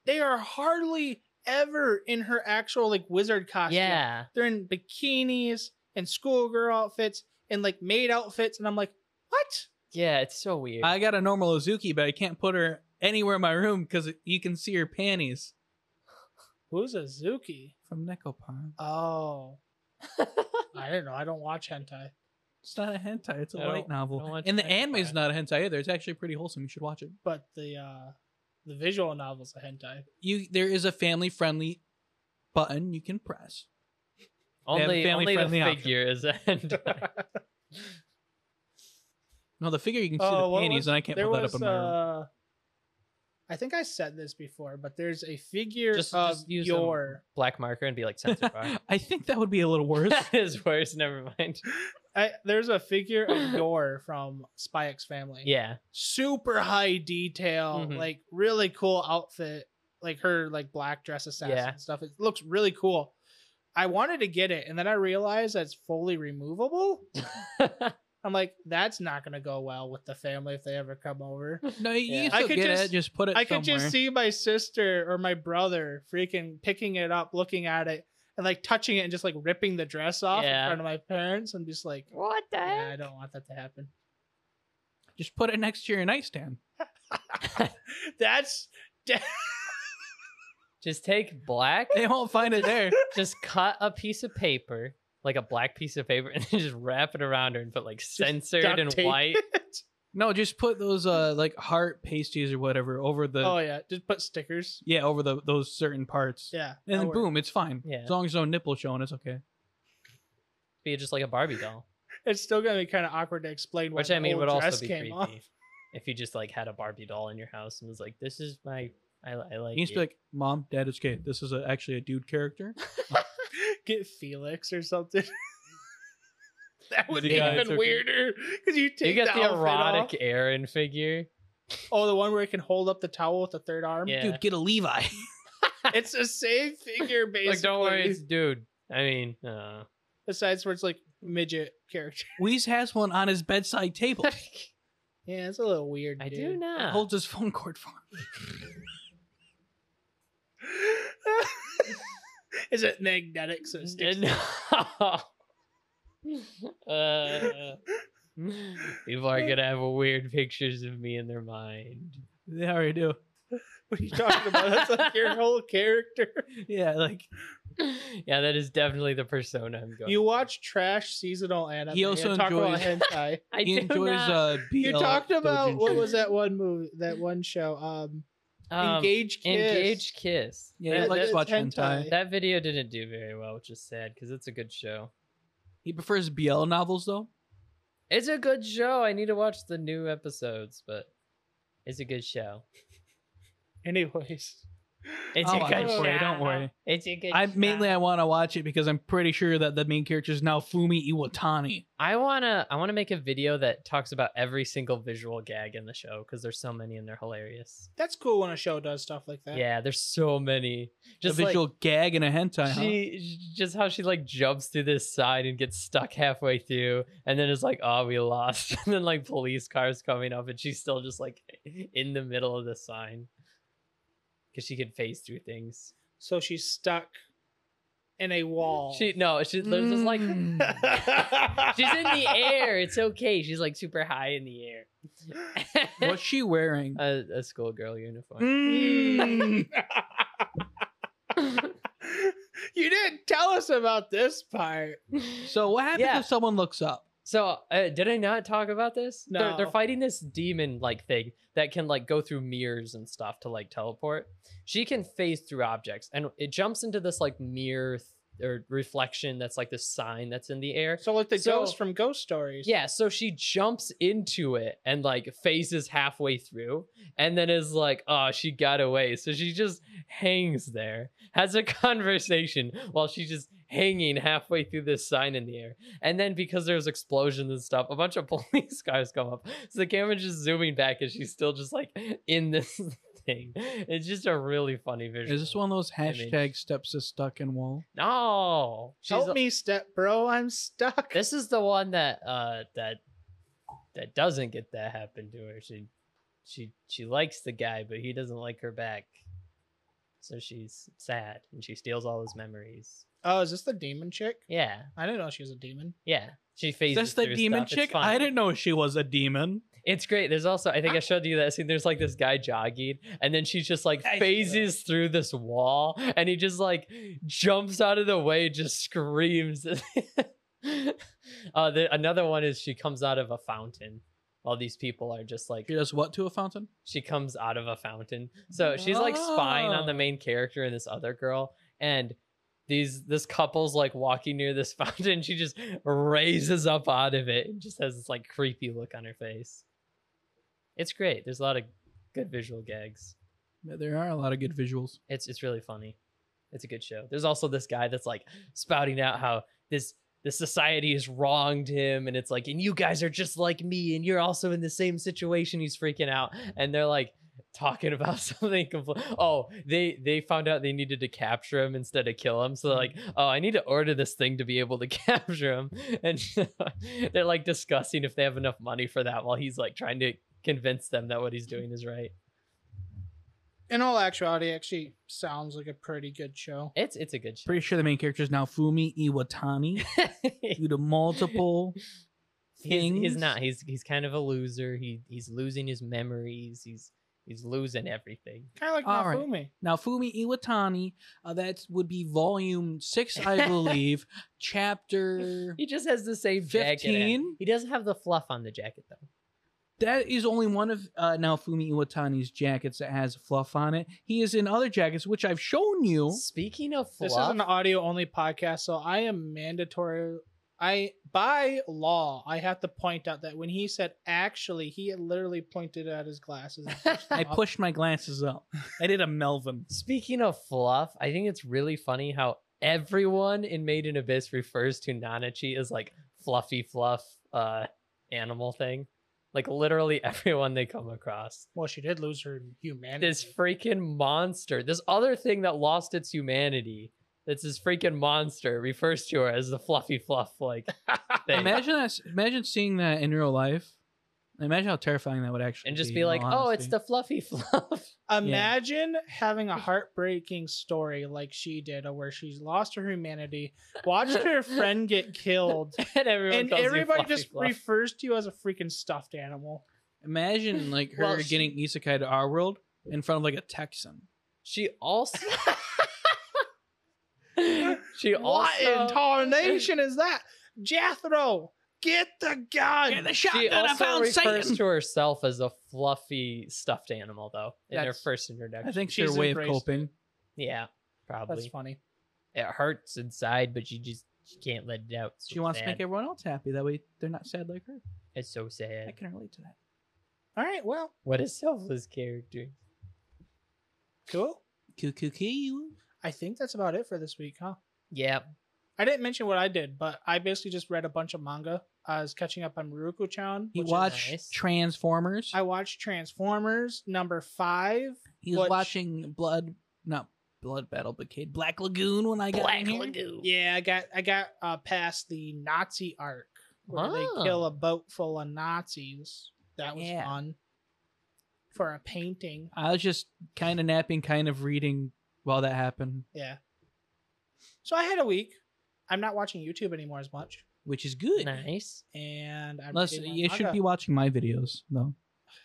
Speaker 2: they are hardly ever in her actual like wizard costume.
Speaker 1: Yeah.
Speaker 2: They're in bikinis and schoolgirl outfits and like maid outfits. And I'm like, what?
Speaker 1: Yeah, it's so weird.
Speaker 3: I got a normal Ozuki, but I can't put her anywhere in my room because you can see her panties
Speaker 2: Who's Azuki?
Speaker 3: from Necopon.
Speaker 2: Oh. I don't know. I don't watch hentai.
Speaker 3: It's not a hentai; it's a
Speaker 1: I don't-
Speaker 3: light
Speaker 1: I
Speaker 3: novel.
Speaker 1: don't watch
Speaker 3: and the
Speaker 1: Necopon.
Speaker 3: anime is not a hentai either. It's actually pretty wholesome. You should watch it.
Speaker 2: but the uh the visual novel's a hentai.
Speaker 3: You there is a family-friendly button you can press. have a
Speaker 1: only only the
Speaker 3: family-friendly option.
Speaker 1: figure is and uh,
Speaker 3: No, the figure you can see the panties, and I can't
Speaker 2: Oh, there
Speaker 3: put that
Speaker 2: was,
Speaker 3: up in my room.
Speaker 2: uh, I think I said this before, but there's a figure
Speaker 1: Just-
Speaker 2: of
Speaker 1: just use um, them.
Speaker 2: your.
Speaker 1: Black marker and be like censored bar.
Speaker 3: I think that would be a little worse.
Speaker 1: that is worse. Never mind.
Speaker 2: I, there's a figure of your from Spy X Family.
Speaker 1: Yeah.
Speaker 2: super high detail,
Speaker 1: Mhm.
Speaker 2: like really cool outfit, like her like black dress assassin
Speaker 1: Yeah.
Speaker 2: and stuff. It looks really cool. I wanted to get it, and then I realized that it's fully removable. I'm like, that's not gonna go well with the family if they ever come over.
Speaker 3: no, you
Speaker 1: Yeah.
Speaker 3: can still
Speaker 2: I could
Speaker 3: get
Speaker 2: just-
Speaker 3: it. Just put it.
Speaker 2: I could
Speaker 3: somewhere.
Speaker 2: just see my sister or my brother freaking picking it up, looking at it, and like touching it and just like ripping the dress off
Speaker 1: Yeah.
Speaker 2: in front of my parents. I'm just like,
Speaker 1: what the
Speaker 2: yeah, I don't want that to happen.
Speaker 3: Just put it next to your nightstand.
Speaker 2: That's
Speaker 1: Just take black.
Speaker 3: They won't find it there.
Speaker 1: just cut a piece of paper, like a black piece of paper, and then just wrap it around her and put like censored
Speaker 2: duct
Speaker 1: and
Speaker 2: tape.
Speaker 1: white.
Speaker 3: No, just put those uh like heart pasties or whatever over the
Speaker 2: oh yeah, just put stickers.
Speaker 3: yeah over the those certain parts.
Speaker 2: Yeah,
Speaker 3: And
Speaker 2: that'll
Speaker 3: then
Speaker 2: work.
Speaker 3: boom, it's fine.
Speaker 1: Yeah.
Speaker 3: As long as no nipple showing, it's okay.
Speaker 1: Be just like a Barbie doll,
Speaker 2: it's still gonna be kind of awkward to explain why
Speaker 1: which I
Speaker 2: the
Speaker 1: mean
Speaker 2: whole
Speaker 1: would also
Speaker 2: dress
Speaker 1: be
Speaker 2: came
Speaker 1: creepy
Speaker 2: off.
Speaker 1: if you just like had a Barbie doll in your house and was like, "This is my, I, I like."
Speaker 3: You can just
Speaker 1: it."
Speaker 3: be like, Mom, Dad, it's gay. This is a, actually a dude character.
Speaker 2: Get Felix or something. that would
Speaker 3: The
Speaker 2: be
Speaker 3: guy
Speaker 2: even
Speaker 3: took it.
Speaker 2: weirder because you
Speaker 1: you
Speaker 2: take
Speaker 1: got
Speaker 2: the,
Speaker 1: the, erotic
Speaker 2: Off.
Speaker 1: Aaron figure.
Speaker 2: Oh, the one where it can hold up the towel with the third arm.
Speaker 1: Yeah,
Speaker 3: Dude, get a Levi.
Speaker 2: It's the same figure basically.
Speaker 1: like don't worry, it's a dude. I mean, uh,
Speaker 2: Besides where it's like midget character.
Speaker 3: Weeze has one on his bedside table.
Speaker 2: Yeah, it's a little weird.
Speaker 1: I
Speaker 2: dude.
Speaker 1: do not.
Speaker 3: Holds his phone cord for him.
Speaker 2: Is it magnetic? So it sticks-
Speaker 1: No. uh, people are gonna have weird pictures of me in their mind.
Speaker 3: They already do.
Speaker 2: what are you talking about? That's like your whole character.
Speaker 3: Yeah, like
Speaker 1: yeah, that is definitely the persona I'm going.
Speaker 2: You
Speaker 1: for.
Speaker 2: watch trash seasonal anime.
Speaker 3: He
Speaker 2: and
Speaker 3: also
Speaker 2: talk about
Speaker 3: enjoys-
Speaker 2: hentai.
Speaker 1: I
Speaker 3: he
Speaker 1: do
Speaker 3: enjoys
Speaker 1: not-
Speaker 3: uh BL
Speaker 2: you talked about
Speaker 3: doujinshi.
Speaker 2: what was that one movie that one show um,
Speaker 1: Um,
Speaker 2: engage kiss
Speaker 1: Engage Kiss.
Speaker 3: Yeah,
Speaker 1: that,
Speaker 3: he likes
Speaker 2: that's
Speaker 1: that,
Speaker 3: watch hentai.
Speaker 2: hentai.
Speaker 1: that video didn't do very well, which is sad because it's a good show.
Speaker 3: He prefers BL novels though.
Speaker 1: It's a good show. I need to watch the new episodes, but it's a good show.
Speaker 2: anyways
Speaker 1: It's
Speaker 3: Oh,
Speaker 1: a good
Speaker 3: don't
Speaker 1: show.
Speaker 3: worry, don't worry.
Speaker 1: It's a good.
Speaker 3: I
Speaker 1: show.
Speaker 3: mainly I want to watch it because I'm pretty sure that the main character is now Fumi Iwatani.
Speaker 1: I wanna I wanna make a video that talks about every single visual gag in the show because there's so many and they're hilarious.
Speaker 2: that's cool when a show does stuff like that
Speaker 1: Yeah, there's so many. Just
Speaker 3: a
Speaker 1: like,
Speaker 3: visual gag in a hentai. huh?
Speaker 1: she sh- just how she like jumps through this side and gets stuck halfway through and then is like oh we lost and then like police cars coming up and she's still just like in the middle of the sign because she can phase through things
Speaker 2: so she's stuck in a wall
Speaker 1: she no she there's just like
Speaker 3: Mm.
Speaker 1: she's in the air it's okay she's like super high in the air
Speaker 3: What's she wearing?
Speaker 1: a, a schoolgirl uniform Hmm.
Speaker 3: Mm.
Speaker 2: you didn't tell us about this part
Speaker 3: so what happens
Speaker 1: Yeah.
Speaker 3: if someone looks up?
Speaker 1: So uh, did I not talk about this? They're, they're
Speaker 2: No.
Speaker 1: fighting this demon like thing that can like go through mirrors and stuff to like teleport. She can phase through objects, and it jumps into this like mirror th- or reflection that's like this sign that's in the air.
Speaker 2: so like the
Speaker 1: So-
Speaker 2: ghost from ghost stories
Speaker 1: Yeah, so she jumps into it and like phases halfway through, and then is like, "Oh, she got away." So she just hangs there, has a conversation while she's just hanging halfway through this sign in the air. And then because there's explosions and stuff, a bunch of police cars come up. So the camera's just zooming back, and she's still just like in this thing. It's just a really funny visual.
Speaker 3: Is this one of those
Speaker 1: Image.
Speaker 3: hashtag steps is stuck in wall?
Speaker 1: No, she's
Speaker 2: help me step bro i'm stuck
Speaker 1: This is the one that uh that that doesn't get that happen to her. She she she likes the guy, but he doesn't like her back. So she's sad and she steals all his memories.
Speaker 2: oh is this the demon chick
Speaker 1: Yeah,
Speaker 2: i didn't know she was a demon
Speaker 1: yeah. She
Speaker 3: Is
Speaker 1: phases.
Speaker 3: this the
Speaker 1: through
Speaker 3: demon
Speaker 1: stuff. It's
Speaker 3: chick?
Speaker 1: fun.
Speaker 3: I didn't know she was a demon.
Speaker 1: It's great. There's also I think I showed you that scene. There's like this guy jogging, and then she just like
Speaker 3: I see that.
Speaker 1: phases through this wall, and he just like jumps out of the way, just screams. uh, the, another one is she comes out of a fountain. All these people are just like
Speaker 3: She does what to a fountain?
Speaker 1: she comes out of a fountain. So she's like spying on the
Speaker 3: Oh.
Speaker 1: main character and this other girl, and these this couple's like walking near this fountain. She just raises up out of it and just has this like creepy look on her face. It's great. There's a lot of good visual gags.
Speaker 3: Yeah, there are a lot of good visuals.
Speaker 1: It's it's really funny. It's a good show. There's also this guy that's like spouting out how this this society has wronged him and it's like and you guys are just like me and you're also in the same situation. He's freaking out and they're like talking about something compl- oh they they found out they needed to capture him instead of kill him so they're like oh i need to order this thing to be able to capture him and they're like discussing if they have enough money for that while he's like trying to convince them that what he's doing is right
Speaker 2: In all actuality, it actually sounds like a pretty good show.
Speaker 1: it's it's a good show
Speaker 3: Pretty sure the main character is now Fumi Iwatani due to multiple
Speaker 1: he's,
Speaker 3: things.
Speaker 1: he's not he's he's kind of a loser he he's losing his memories he's he's losing everything
Speaker 2: Kind of like
Speaker 3: All right.
Speaker 2: Nafumi.
Speaker 3: Now, Fumi Iwatani, uh, that would be volume six, I believe, chapter.
Speaker 1: he just has the same jacket on.
Speaker 3: 15?
Speaker 1: he doesn't have the fluff on the jacket though
Speaker 3: That is only one of uh, now Fumi Iwatani's jackets that has fluff on it. He is in other jackets, which I've shown you.
Speaker 1: speaking of fluff
Speaker 2: This is an audio only podcast, so I am mandatory. I by law, I have to point out that when he said actually, he had literally pointed at his glasses. and pushed them
Speaker 3: I
Speaker 2: up.
Speaker 3: pushed my glasses up. I did a Melvin.
Speaker 1: Speaking of fluff, I think it's really funny how everyone in Made in Abyss refers to Nanachi as like fluffy fluff uh animal thing. Like literally everyone they come across.
Speaker 2: Well, she did lose her humanity.
Speaker 1: This freaking monster, this other thing that lost its humanity, that's this freaking monster refers to her as the fluffy fluff like thing.
Speaker 3: Imagine that. Imagine seeing that in real life. Imagine how terrifying that would actually
Speaker 1: and just
Speaker 3: in
Speaker 1: be
Speaker 3: all
Speaker 1: like, oh, it's
Speaker 3: honesty."
Speaker 1: the fluffy fluff.
Speaker 2: Imagine having a heartbreaking story like she did, where she's lost her humanity, watched her friend get killed,
Speaker 1: and everyone
Speaker 2: and
Speaker 1: calls you
Speaker 2: everybody
Speaker 1: fluffy
Speaker 2: just
Speaker 1: fluff.
Speaker 2: refers to you as a freaking stuffed animal.
Speaker 3: Imagine like her
Speaker 1: Well, she-
Speaker 3: getting isekai to our world in front of like a Texan.
Speaker 1: She also She also
Speaker 2: What in tarnation is that? Jethro, get the gun.
Speaker 1: she also refers to herself as a fluffy stuffed animal, though, in their
Speaker 3: That's-
Speaker 1: first introduction.
Speaker 3: I think
Speaker 2: She's
Speaker 3: she's their way
Speaker 2: embraced.
Speaker 3: of coping.
Speaker 1: yeah,
Speaker 2: That's
Speaker 1: probably.
Speaker 2: funny.
Speaker 1: It hurts inside, but she just she can't let it out. It's
Speaker 3: She
Speaker 1: so
Speaker 3: wants to
Speaker 1: sad.
Speaker 3: make everyone else happy. That way they're not sad like her.
Speaker 1: It's so
Speaker 3: I
Speaker 1: sad.
Speaker 3: can relate to that.
Speaker 2: All right, well,
Speaker 1: What a selfless character.
Speaker 2: cool.
Speaker 3: Cuckoo.
Speaker 2: I think that's about it for this week, huh?
Speaker 1: Yeah,
Speaker 2: I didn't mention what I did, but I basically just read a bunch of manga. I was catching up on Ruruku-chan.
Speaker 3: He
Speaker 2: which is-
Speaker 3: watched
Speaker 1: nice.
Speaker 3: Transformers.
Speaker 2: I watched Transformers number five.
Speaker 3: he was
Speaker 2: watch-
Speaker 3: watching Blood, not Blood Battle, but Cade Black Lagoon when I got in here.
Speaker 2: Yeah, I got I got uh, past the Nazi arc where
Speaker 1: Ah.
Speaker 2: they kill a boat full of Nazis. That was
Speaker 3: Yeah.
Speaker 2: fun for a painting.
Speaker 3: I was just kind of napping, kind of reading while that happened,
Speaker 2: Yeah. So I had a week. I'm not watching YouTube anymore as much,
Speaker 3: which is good.
Speaker 1: Nice.
Speaker 2: and I'm
Speaker 3: Unless
Speaker 2: reading my
Speaker 3: you should
Speaker 2: manga.
Speaker 3: be watching my videos though.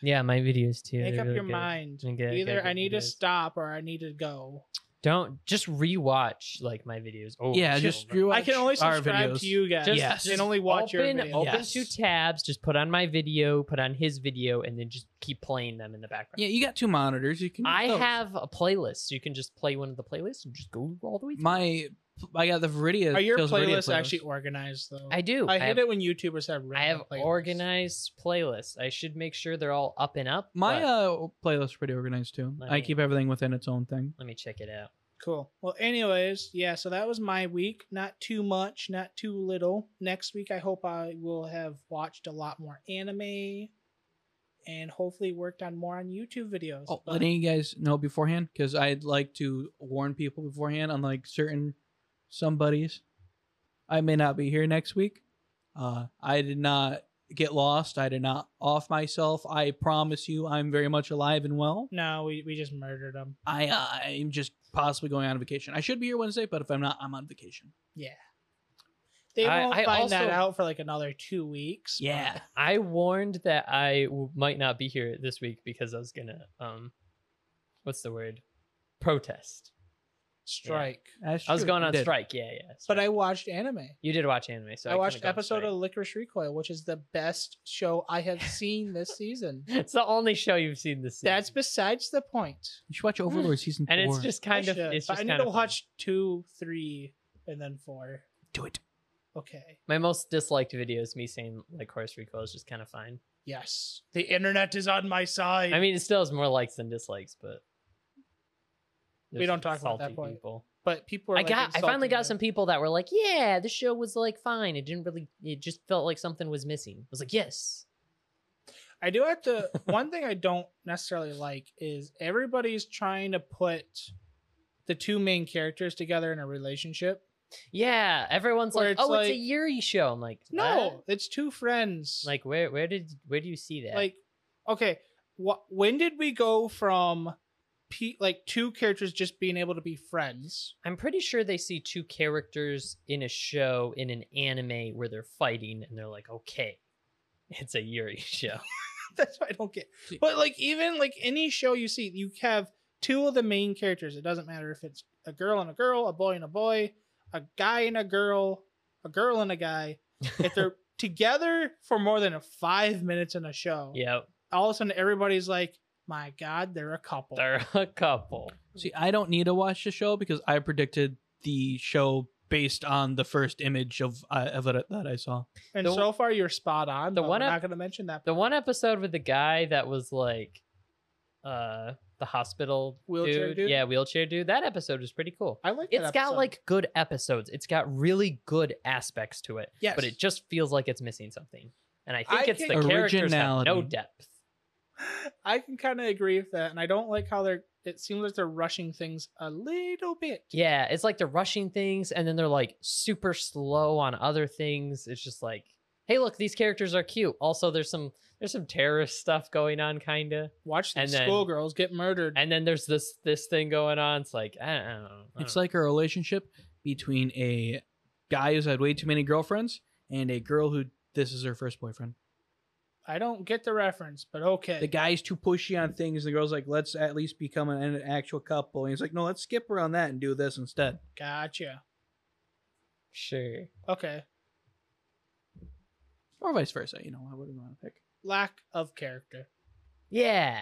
Speaker 1: Yeah, my videos too.
Speaker 2: Make
Speaker 1: they're
Speaker 2: up
Speaker 1: really
Speaker 2: your
Speaker 1: good.
Speaker 2: mind.
Speaker 1: Okay, okay,
Speaker 2: Either
Speaker 1: okay,
Speaker 2: I need to
Speaker 1: videos.
Speaker 2: stop or I need to go.
Speaker 1: Don't just rewatch like my videos. Oh,
Speaker 3: yeah,
Speaker 1: shit.
Speaker 3: just you
Speaker 2: I can only
Speaker 3: our
Speaker 2: subscribe
Speaker 3: videos.
Speaker 2: to you guys
Speaker 1: Just-
Speaker 3: Yes.
Speaker 2: and only watch
Speaker 1: open,
Speaker 2: your videos.
Speaker 1: Open
Speaker 3: Yes.
Speaker 1: two tabs. Just put on my video, put on his video, and then just keep playing them in the background.
Speaker 3: Yeah, you got two monitors. You can. use
Speaker 1: I
Speaker 3: those.
Speaker 1: have a playlist. So you can just play one of the playlists and just go all the way. Through.
Speaker 3: my. I got the Viridia.
Speaker 2: Are your
Speaker 3: Tales of Viridia
Speaker 2: playlists actually organized though?
Speaker 1: I do.
Speaker 2: I hate
Speaker 1: have,
Speaker 2: it when YouTubers have.
Speaker 1: I have
Speaker 2: random playlists.
Speaker 1: organized playlists. I should make sure they're all up and up.
Speaker 3: My
Speaker 1: but
Speaker 3: uh, playlist's pretty organized too.
Speaker 1: Let
Speaker 3: I
Speaker 1: me-
Speaker 3: keep everything within its own thing.
Speaker 1: let me check it out.
Speaker 2: Cool. Well, anyways, yeah. So that was my week. Not too much, not too little. Next week, I hope I will have watched a lot more anime, and hopefully worked on more on YouTube videos.
Speaker 3: Oh,
Speaker 2: But-
Speaker 3: letting you guys know beforehand because I'd like to warn people beforehand. Unlike certain somebodies, I may not be here next week. Uh, I did not get lost. I did not off myself. I promise you, I'm very much alive and well.
Speaker 2: no, we, we just murdered them.
Speaker 3: I uh, I'm just possibly going on vacation. I should be here Wednesday, but if I'm not, I'm on vacation.
Speaker 2: They
Speaker 1: I-
Speaker 2: won't
Speaker 1: I
Speaker 2: find that
Speaker 1: also-
Speaker 2: out for like another two weeks. but-
Speaker 3: Yeah.
Speaker 1: I warned that I w- might not be here this week because I was gonna um, what's the word? Protest.
Speaker 2: strike.
Speaker 3: That's
Speaker 1: I was
Speaker 3: true.
Speaker 1: going
Speaker 3: You
Speaker 1: on
Speaker 3: did.
Speaker 1: strike. Yeah, yeah.
Speaker 2: But
Speaker 1: strike.
Speaker 2: I watched anime.
Speaker 1: you did watch anime, so I,
Speaker 2: I watched
Speaker 1: couldn't go on
Speaker 2: episode
Speaker 1: strike.
Speaker 2: of Licorice Recoil, which is the best show I have seen this season.
Speaker 1: It's the only show you've seen this season.
Speaker 2: That's besides the point.
Speaker 3: You should watch Overlord
Speaker 2: Mm.
Speaker 3: season
Speaker 1: and
Speaker 3: four.
Speaker 1: it's just
Speaker 2: I
Speaker 1: kind of.
Speaker 2: should,
Speaker 1: It's
Speaker 2: but
Speaker 1: just
Speaker 2: I need
Speaker 1: kind
Speaker 2: to
Speaker 1: of fun.
Speaker 2: watch two, three, and then four.
Speaker 3: do it.
Speaker 2: Okay.
Speaker 1: My most disliked video is me saying like Horse Recoil is just kind of fine.
Speaker 2: Yes. The internet is on my side.
Speaker 1: I mean, it still has more likes than dislikes, but
Speaker 2: We
Speaker 1: There's
Speaker 2: don't talk about
Speaker 1: salty
Speaker 2: that point.
Speaker 1: People.
Speaker 2: But people are
Speaker 1: I
Speaker 2: like,
Speaker 1: got. I finally
Speaker 2: insulting
Speaker 1: got
Speaker 2: her.
Speaker 1: some people that were like, "Yeah, this show was like fine. It didn't really. It just felt like something was missing." I was like, "Yes,
Speaker 2: I do have to. one thing I don't necessarily like is everybody's trying to put the two main characters together in a relationship.
Speaker 1: yeah." Everyone's
Speaker 2: Where
Speaker 1: like,
Speaker 2: it's
Speaker 1: "Oh, it's a
Speaker 2: like-
Speaker 1: Yuri show." I'm like,
Speaker 2: No,
Speaker 1: "What?"
Speaker 2: it's two friends.
Speaker 1: Like, where where did where do you see that?
Speaker 2: like okay, wh- when did we go from pe- like two characters just being able to be friends?
Speaker 1: I'm pretty sure they see two characters in a show in an anime where they're fighting, and they're like, "Okay, it's a Yuri show."
Speaker 2: That's what I don't get. But like even like any show you see, you have two of the main characters. It doesn't matter if it's a girl and a girl, a boy and a boy, a guy and a girl, a girl and a guy. If they're together for more than five minutes in a show,
Speaker 1: yep,
Speaker 2: all of a sudden everybody's like, "My God, they're a couple."
Speaker 1: they're a couple.
Speaker 3: See, I don't need to watch the show because I predicted the show based on the first image of uh, of it that I saw.
Speaker 2: and
Speaker 1: the-
Speaker 2: so far, you're spot on.
Speaker 1: the
Speaker 2: but
Speaker 1: one
Speaker 2: we're
Speaker 1: up-
Speaker 2: not going to mention that.
Speaker 1: The one episode with the guy that was like, uh, the hospital
Speaker 2: Wheelchair dude?
Speaker 1: Yeah, wheelchair dude. That episode was pretty cool.
Speaker 2: I like. that
Speaker 1: It's got
Speaker 2: episode.
Speaker 1: like good episodes. It's got really good aspects to it,
Speaker 2: yes,
Speaker 1: but it just feels like it's missing something. And I think
Speaker 2: I
Speaker 1: it's the
Speaker 2: can-
Speaker 1: characters have no
Speaker 3: Originality.
Speaker 1: depth.
Speaker 2: I can kind of agree with that, and I don't like how they're. It seems like they're rushing things a little bit.
Speaker 1: Yeah, it's like they're rushing things and then they're like super slow on other things. It's just like, hey, look, these characters are cute. Also, there's some there's some terrorist stuff going on, kinda.
Speaker 2: Watch
Speaker 1: And
Speaker 2: these
Speaker 1: then-
Speaker 2: schoolgirls get murdered.
Speaker 1: And then there's this this thing going on. It's like I don't, I don't know. I
Speaker 3: It's
Speaker 1: don't know.
Speaker 3: like a relationship between a guy who's had way too many girlfriends and a girl who this is her first boyfriend.
Speaker 2: I don't get the reference, but okay.
Speaker 3: The guy's too pushy on things. The girl's like, "Let's at least become an, an actual couple." And he's like, "No, let's skip around that and do this instead."
Speaker 2: gotcha.
Speaker 1: sure.
Speaker 2: Okay.
Speaker 3: Or vice versa, you know. I wouldn't want to pick
Speaker 2: Lack of character.
Speaker 1: Yeah.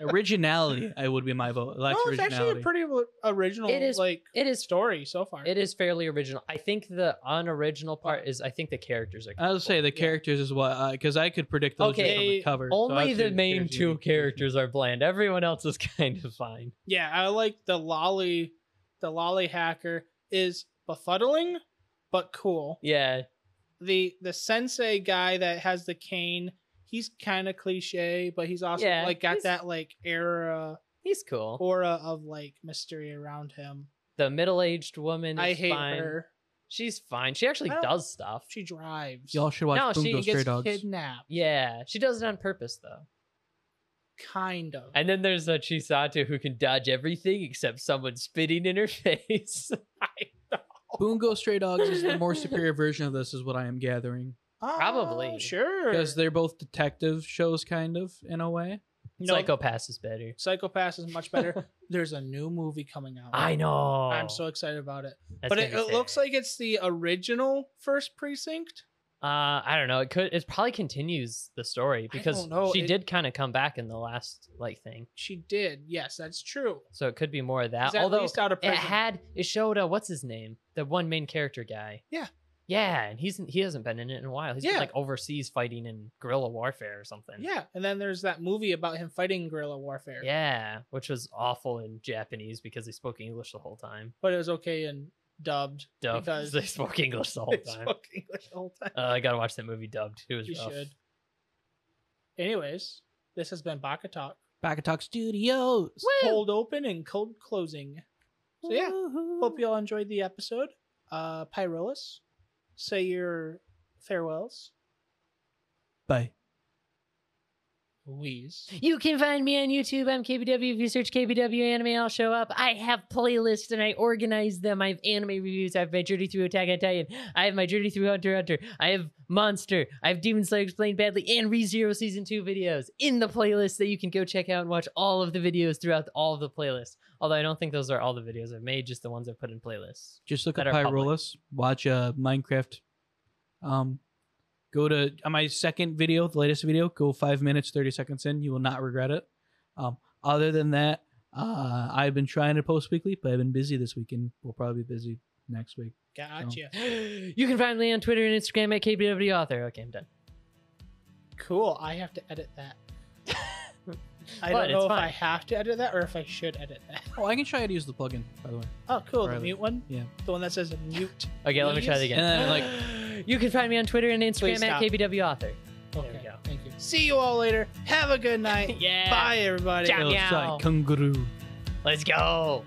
Speaker 3: originality. I would be my vote. Lacks
Speaker 2: no, it's actually
Speaker 3: originality.
Speaker 2: a pretty li- original.
Speaker 1: It is-
Speaker 2: like
Speaker 1: It is
Speaker 2: story so far.
Speaker 1: it is fairly original. I think the unoriginal part is I think the characters are
Speaker 3: I'll say the
Speaker 2: Yeah.
Speaker 3: characters as well because I could predict those just from
Speaker 2: Okay,
Speaker 3: the cover. so I'd
Speaker 1: only
Speaker 3: say
Speaker 1: the main
Speaker 3: characters would
Speaker 1: two
Speaker 3: be-
Speaker 1: characters are bland. Everyone else is kind of fine.
Speaker 2: Yeah, I like the lolly. The lolly hacker is befuddling, but cool.
Speaker 1: Yeah.
Speaker 2: The the sensei guy that has the cane. He's kind of cliche, but he's also
Speaker 1: Yeah,
Speaker 2: like got
Speaker 1: he's-
Speaker 2: that like era
Speaker 1: He's cool.
Speaker 2: aura of like mystery around him.
Speaker 1: The middle-aged woman.
Speaker 2: I
Speaker 1: is
Speaker 2: hate
Speaker 1: fine.
Speaker 2: her.
Speaker 1: She's fine. She actually
Speaker 2: I don't-
Speaker 1: does stuff.
Speaker 2: She drives.
Speaker 3: Y'all should watch
Speaker 1: No,
Speaker 3: Boom
Speaker 1: she
Speaker 3: Go
Speaker 2: she
Speaker 3: Stray
Speaker 2: gets
Speaker 3: Dogs.
Speaker 2: kidnapped.
Speaker 1: Yeah, she does it on purpose though.
Speaker 2: Kind of.
Speaker 1: And then there's a Chisato who can dodge everything except someone spitting in her face.
Speaker 3: Bungo Stray Dogs is the more superior version of this, is what I am gathering.
Speaker 2: Oh,
Speaker 1: Probably.
Speaker 2: sure.
Speaker 3: Because they're both detective shows, kind of, in a way.
Speaker 2: no,
Speaker 1: Psychopath is better.
Speaker 2: Psychopath is much better. There's a new movie coming out.
Speaker 1: I know.
Speaker 2: I'm so excited about it.
Speaker 1: That's
Speaker 2: but it,
Speaker 1: gonna be
Speaker 2: it looks
Speaker 1: sad.
Speaker 2: like it's the original first precinct.
Speaker 1: Uh, I don't know. It could. It probably continues the story
Speaker 2: I
Speaker 1: because
Speaker 2: don't know.
Speaker 1: she
Speaker 2: It-
Speaker 1: did kind of come back in the last like thing,
Speaker 2: She did. Yes, that's true.
Speaker 1: so it could be more of that.
Speaker 2: He's at
Speaker 1: Although
Speaker 2: least out of
Speaker 1: it
Speaker 2: prison.
Speaker 1: had it showed uh, what's his name, the one main character guy.
Speaker 2: Yeah.
Speaker 1: Yeah, and he's he hasn't been in it in a while. He's
Speaker 2: Yeah.
Speaker 1: been like overseas fighting in guerrilla warfare or something.
Speaker 2: yeah, and then there's that movie about him fighting guerrilla warfare.
Speaker 1: Yeah, which was awful in Japanese because they spoke English the whole time.
Speaker 2: but it was okay and dubbed.
Speaker 1: Dubbed.
Speaker 2: Because-
Speaker 1: they spoke English the whole
Speaker 2: They
Speaker 1: time.
Speaker 2: spoke English the whole time.
Speaker 1: Uh, I gotta watch that movie dubbed. It was
Speaker 2: you
Speaker 1: rough.
Speaker 2: should. Anyways, this has been Baka Talk.
Speaker 3: Back Talk Studios.
Speaker 2: Cold open and cold closing. So yeah,
Speaker 3: Woohoo.
Speaker 2: hope you all enjoyed the episode. Uh, Pyrolis, say your farewells.
Speaker 3: Bye.
Speaker 2: Wheeze.
Speaker 1: You can find me on YouTube. I'm KBW. If you search KBW anime, I'll show up. I have playlists and I organize them. I have anime reviews. I have my Journey Through Attack on Titan. I have my Journey Through Hunter x Hunter. I have Monster. I have Demon Slayer Explained Badly and ReZero Season 2 videos in the playlist that you can go check out and watch all of the videos throughout all of the playlists. Although I don't think those are all the videos I've made, just the ones I've put in playlists.
Speaker 3: Just look
Speaker 1: That
Speaker 3: up
Speaker 1: are public.
Speaker 3: Pyrolis. Watch uh, Minecraft. Um, Go to uh, my second video, the latest video. Go 5 minutes, 30 seconds in. You will not regret it. Um, Other than that, uh, I've been trying to post weekly, but I've been busy this week and we'll probably be busy next week.
Speaker 2: Gotcha.
Speaker 1: You can find me on Twitter and Instagram at KBW Author. Okay, I'm done.
Speaker 2: Cool. I have to edit that. I
Speaker 1: But
Speaker 2: don't know
Speaker 1: it's
Speaker 2: if
Speaker 1: fine.
Speaker 2: I have to edit that or if I should edit that.
Speaker 3: Oh, I can show you how to use the plugin, by the way.
Speaker 2: Oh, cool. The
Speaker 3: Riley.
Speaker 2: mute one?
Speaker 3: Yeah.
Speaker 2: The one that says mute.
Speaker 1: Okay, let me try that
Speaker 2: please?
Speaker 1: again.
Speaker 3: And then, like,
Speaker 1: You can find me on Twitter and Instagram
Speaker 2: Please
Speaker 1: at
Speaker 2: stop.
Speaker 1: KBW author.
Speaker 2: okay.
Speaker 1: we go.
Speaker 2: Thank you. See you all later. Have a good night.
Speaker 1: Yeah.
Speaker 2: Bye, everybody.
Speaker 1: Ciao.
Speaker 3: it'll
Speaker 1: meow.
Speaker 3: say kangaroo.
Speaker 1: Let's go.